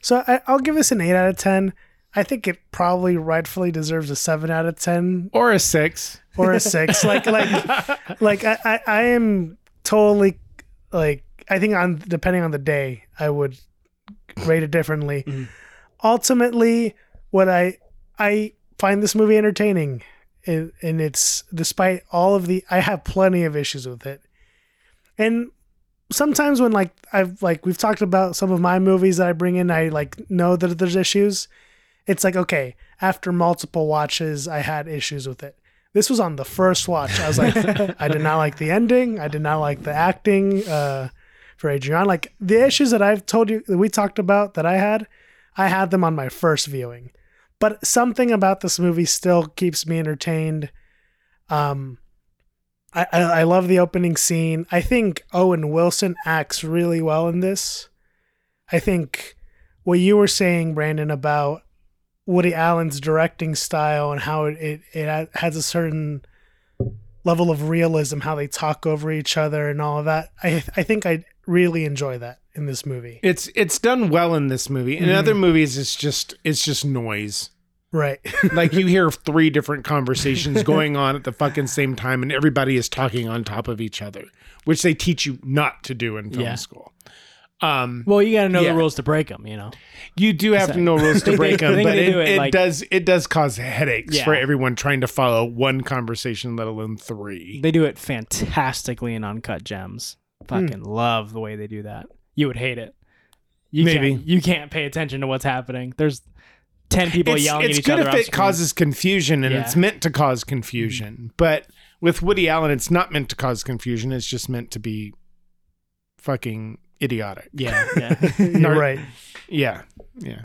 Speaker 3: So I, I'll give this an eight out of ten. I think it probably rightfully deserves a seven out of ten
Speaker 2: or a six.
Speaker 3: or
Speaker 2: (laughs)
Speaker 3: a six. like like like I, I I am totally like I think on depending on the day I would rate it differently.
Speaker 1: Mhm.
Speaker 3: Ultimately, what I I find this movie entertaining, and, and it's despite all of the I have plenty of issues with it, and sometimes when like I've like we've talked about some of my movies that I bring in, I like know that there's issues. It's like okay, after multiple watches, I had issues with it. This was on the first watch. I was like, I did not like the ending. I did not like the acting uh, for Adrian. Like the issues that I've told you that we talked about that I had, I had them on my first viewing. But something about this movie still keeps me entertained. Um, I, I, I love the opening scene. I think Owen Wilson acts really well in this. I think what you were saying, Brandon, about Woody Allen's directing style and how it, it, it has a certain level of realism, how they talk over each other and all of that. I, I think I really enjoy that in this movie.
Speaker 2: It's it's done well in this movie. In
Speaker 3: Mhm.
Speaker 2: other movies, it's just it's just noise.
Speaker 3: Right. (laughs)
Speaker 2: Like you hear three different conversations going on at the fucking same time, and everybody is talking on top of each other, which they teach you not to do in film
Speaker 1: Yeah.
Speaker 2: school. Um,
Speaker 1: Well, you got to know
Speaker 2: Yeah.
Speaker 1: the rules to break them. You know.
Speaker 2: you do have to know rules to
Speaker 1: They-
Speaker 2: break
Speaker 1: they-
Speaker 2: them,
Speaker 1: they
Speaker 2: but
Speaker 1: do it
Speaker 2: it, it
Speaker 1: like-
Speaker 2: does it does cause headaches
Speaker 1: Yeah.
Speaker 2: for everyone trying to follow one conversation, let alone three.
Speaker 1: They do it fantastically in Uncut Gems.
Speaker 2: Hmm.
Speaker 1: Fucking love the way they do that. You would hate it. You
Speaker 2: Maybe.
Speaker 1: can't, you can't pay attention to what's happening. There's ten people
Speaker 2: it's,
Speaker 1: yelling
Speaker 2: it's
Speaker 1: at each
Speaker 2: good
Speaker 1: other.
Speaker 2: if
Speaker 1: off
Speaker 2: it
Speaker 1: screen.
Speaker 2: causes confusion and
Speaker 1: Yeah. Mm-hmm.
Speaker 2: it's meant to cause confusion but with woody allen it's not meant to cause confusion it's just meant to be fucking idiotic
Speaker 1: Yeah, yeah.
Speaker 3: You're right.
Speaker 2: (laughs) yeah yeah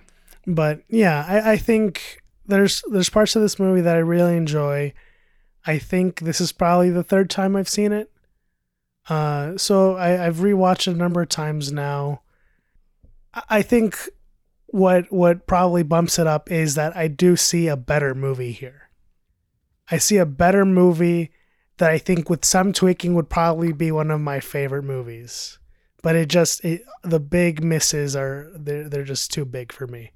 Speaker 3: but yeah, I, I think there's there's parts of this movie that I really enjoy. I think this is probably the third time I've seen it. Uh, so I, I've rewatched it a number of times now. I, I think what what probably bumps it up is that I do see a better movie here. I see a better movie that I think with some tweaking would probably be one of my favorite movies. But it just it, the big misses are they're, they're just too big for me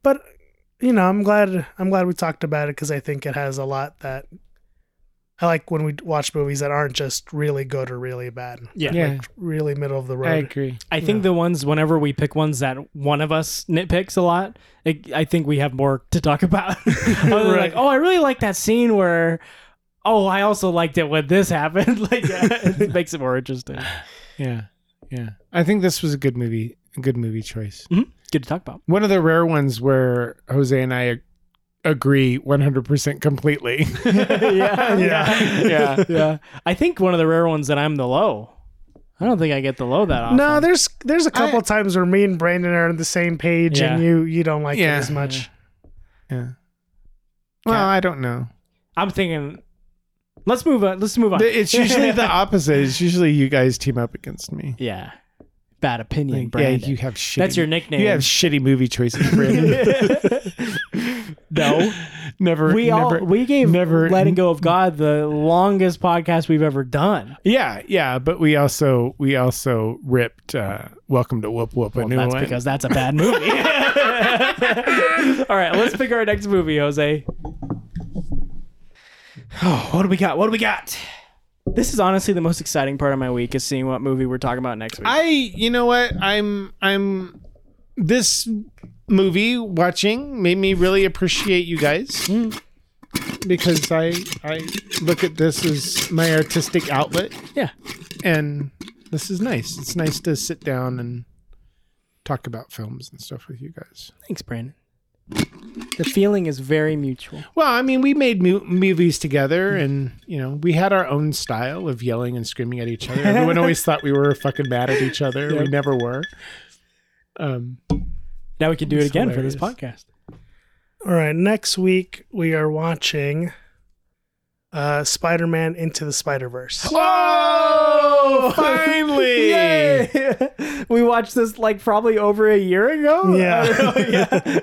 Speaker 3: but you know i'm glad i'm glad we talked about it because i think it has a lot that i like when we watch movies that aren't just really good or really bad
Speaker 1: yeah.
Speaker 3: really middle of the
Speaker 2: i
Speaker 3: road
Speaker 2: agree
Speaker 1: I think
Speaker 3: Yeah.
Speaker 1: the ones whenever we pick ones that one of us nitpicks a lot, I, I think we have more to talk about. (laughs) Other than
Speaker 3: Right.
Speaker 1: Like, oh, I really like that scene where. Oh, I also liked it when this happened. (laughs) like, yeah, it makes it more interesting.
Speaker 2: yeah yeah i think this was a good movie a good movie choice
Speaker 1: Good to talk about.
Speaker 2: one of the rare ones where jose and i agree 100% completely (laughs)
Speaker 1: yeah, (laughs)
Speaker 3: Yeah.
Speaker 1: yeah, yeah. I think one of the rare ones that I'm the low. I don't think I get the low that often.
Speaker 3: no there's there's a couple
Speaker 2: I-
Speaker 3: times where me and brandon are on the same page and
Speaker 1: Yeah.
Speaker 3: you you don't like
Speaker 2: Yeah.
Speaker 3: it as much
Speaker 2: yeah
Speaker 1: Cat.
Speaker 2: well i don't know
Speaker 1: I'm thinking. Let's move on. Let's move on.
Speaker 2: it's usually
Speaker 1: (laughs)
Speaker 2: the opposite it's usually you guys team up against me
Speaker 1: yeah. Bad opinion,
Speaker 2: Like,
Speaker 1: Brandon.
Speaker 2: Yeah, you have shitty.
Speaker 1: That's your nickname.
Speaker 2: You
Speaker 1: (laughs)
Speaker 2: have shitty movie choices, Brandon. (laughs)
Speaker 1: no,
Speaker 2: never.
Speaker 1: we
Speaker 2: never,
Speaker 1: all we gave
Speaker 2: never-
Speaker 1: letting go of God the longest podcast we've ever done.
Speaker 2: Yeah, yeah, but we also we also ripped uh, "Welcome to Whoop Whoop" a
Speaker 1: Well,
Speaker 2: new
Speaker 1: that's
Speaker 2: one.
Speaker 1: because that's a bad movie. (laughs) All right, let's pick our next movie, Jose. Oh, what do we got? What do we got? This is honestly the most exciting part of my week is seeing what movie we're talking about next week.
Speaker 2: I, you know what, I'm I'm this movie watching made me really appreciate you guys because I I look at this as my artistic outlet
Speaker 4: Yeah.
Speaker 2: and this is nice. It's nice to sit down and talk about films and stuff with you guys.
Speaker 1: Thanks, Brandon. The feeling is very mutual.
Speaker 2: Well, I mean, we made mu- movies together, and you know, we had our own style of yelling and screaming at each other. Everyone always thought we were fucking mad at each other. We never were. Um,
Speaker 4: Now we can do it
Speaker 2: It's
Speaker 4: again for this podcast.
Speaker 2: hilarious.
Speaker 3: All right, next week we are watching uh Spider-Man into the Spider-Verse.
Speaker 2: oh,
Speaker 1: (laughs)
Speaker 2: finally!
Speaker 1: Yay! (laughs) we watched this like probably over a year ago.
Speaker 3: Yeah.
Speaker 1: (laughs) I don't know, yeah.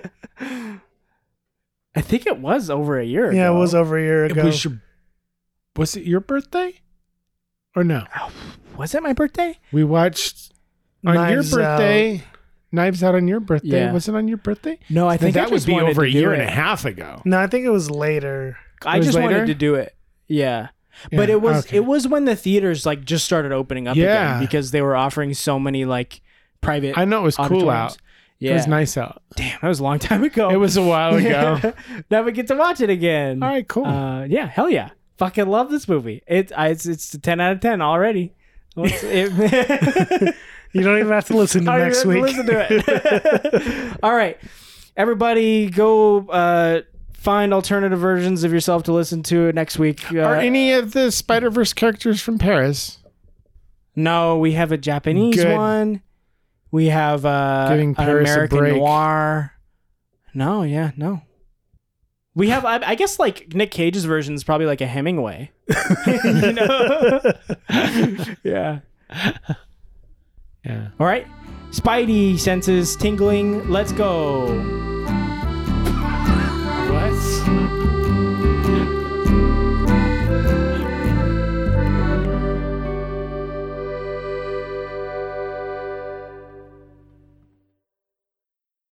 Speaker 1: I think it was over a year
Speaker 3: Yeah, it
Speaker 1: ago.
Speaker 3: was over a year
Speaker 2: It
Speaker 3: ago.
Speaker 2: was your, was it your birthday? Or no?
Speaker 1: Was it my birthday?
Speaker 2: We watched on
Speaker 3: Knives
Speaker 2: your birthday. Knives Out on your birthday.
Speaker 1: Yeah.
Speaker 2: Was it on your birthday?
Speaker 1: No, I think I
Speaker 2: that
Speaker 1: just
Speaker 2: would be
Speaker 1: wanted
Speaker 2: over
Speaker 1: to
Speaker 2: a
Speaker 1: do
Speaker 2: year and
Speaker 1: it.
Speaker 2: a half ago.
Speaker 3: No, I think it was later.
Speaker 1: I
Speaker 2: It was
Speaker 1: just
Speaker 2: later?
Speaker 1: wanted to do it. Yeah. But
Speaker 2: Yeah,
Speaker 1: it was
Speaker 2: okay.
Speaker 1: it was when the theaters like just started opening up
Speaker 2: Yeah.
Speaker 1: again because they were offering so many like private
Speaker 2: I know it was cool
Speaker 1: auditoriums.
Speaker 2: out.
Speaker 1: Yeah. Oh.
Speaker 2: It was nice out.
Speaker 1: Damn, that was a long time ago.
Speaker 2: It was
Speaker 1: (laughs)
Speaker 2: a while ago.
Speaker 1: now we get to watch it again.
Speaker 2: All right, cool.
Speaker 1: Uh, yeah, hell yeah. Fucking love this movie. It, I, it's it's a ten out of ten already. What's- it-
Speaker 2: (laughs)
Speaker 1: (laughs)
Speaker 3: You don't even have to listen to
Speaker 1: I don't
Speaker 3: next
Speaker 1: even
Speaker 3: week.
Speaker 1: Listen to
Speaker 2: (laughs)
Speaker 1: it. (laughs) All right, everybody, go uh, find alternative versions of yourself to listen to next week. Uh,
Speaker 2: Are any of the Spider Verse characters from Paris?
Speaker 1: no, we have a Japanese
Speaker 2: Good.
Speaker 1: one. We have uh,
Speaker 2: Giving
Speaker 1: an
Speaker 2: Paris a
Speaker 1: American
Speaker 2: break.
Speaker 1: noir. No, yeah, no. We have, I, I guess, like Nick Cage's version is probably like a Hemingway. (laughs) you
Speaker 2: (laughs)
Speaker 1: know? (laughs) yeah.
Speaker 2: Yeah.
Speaker 1: All right. Spidey senses tingling. Let's go.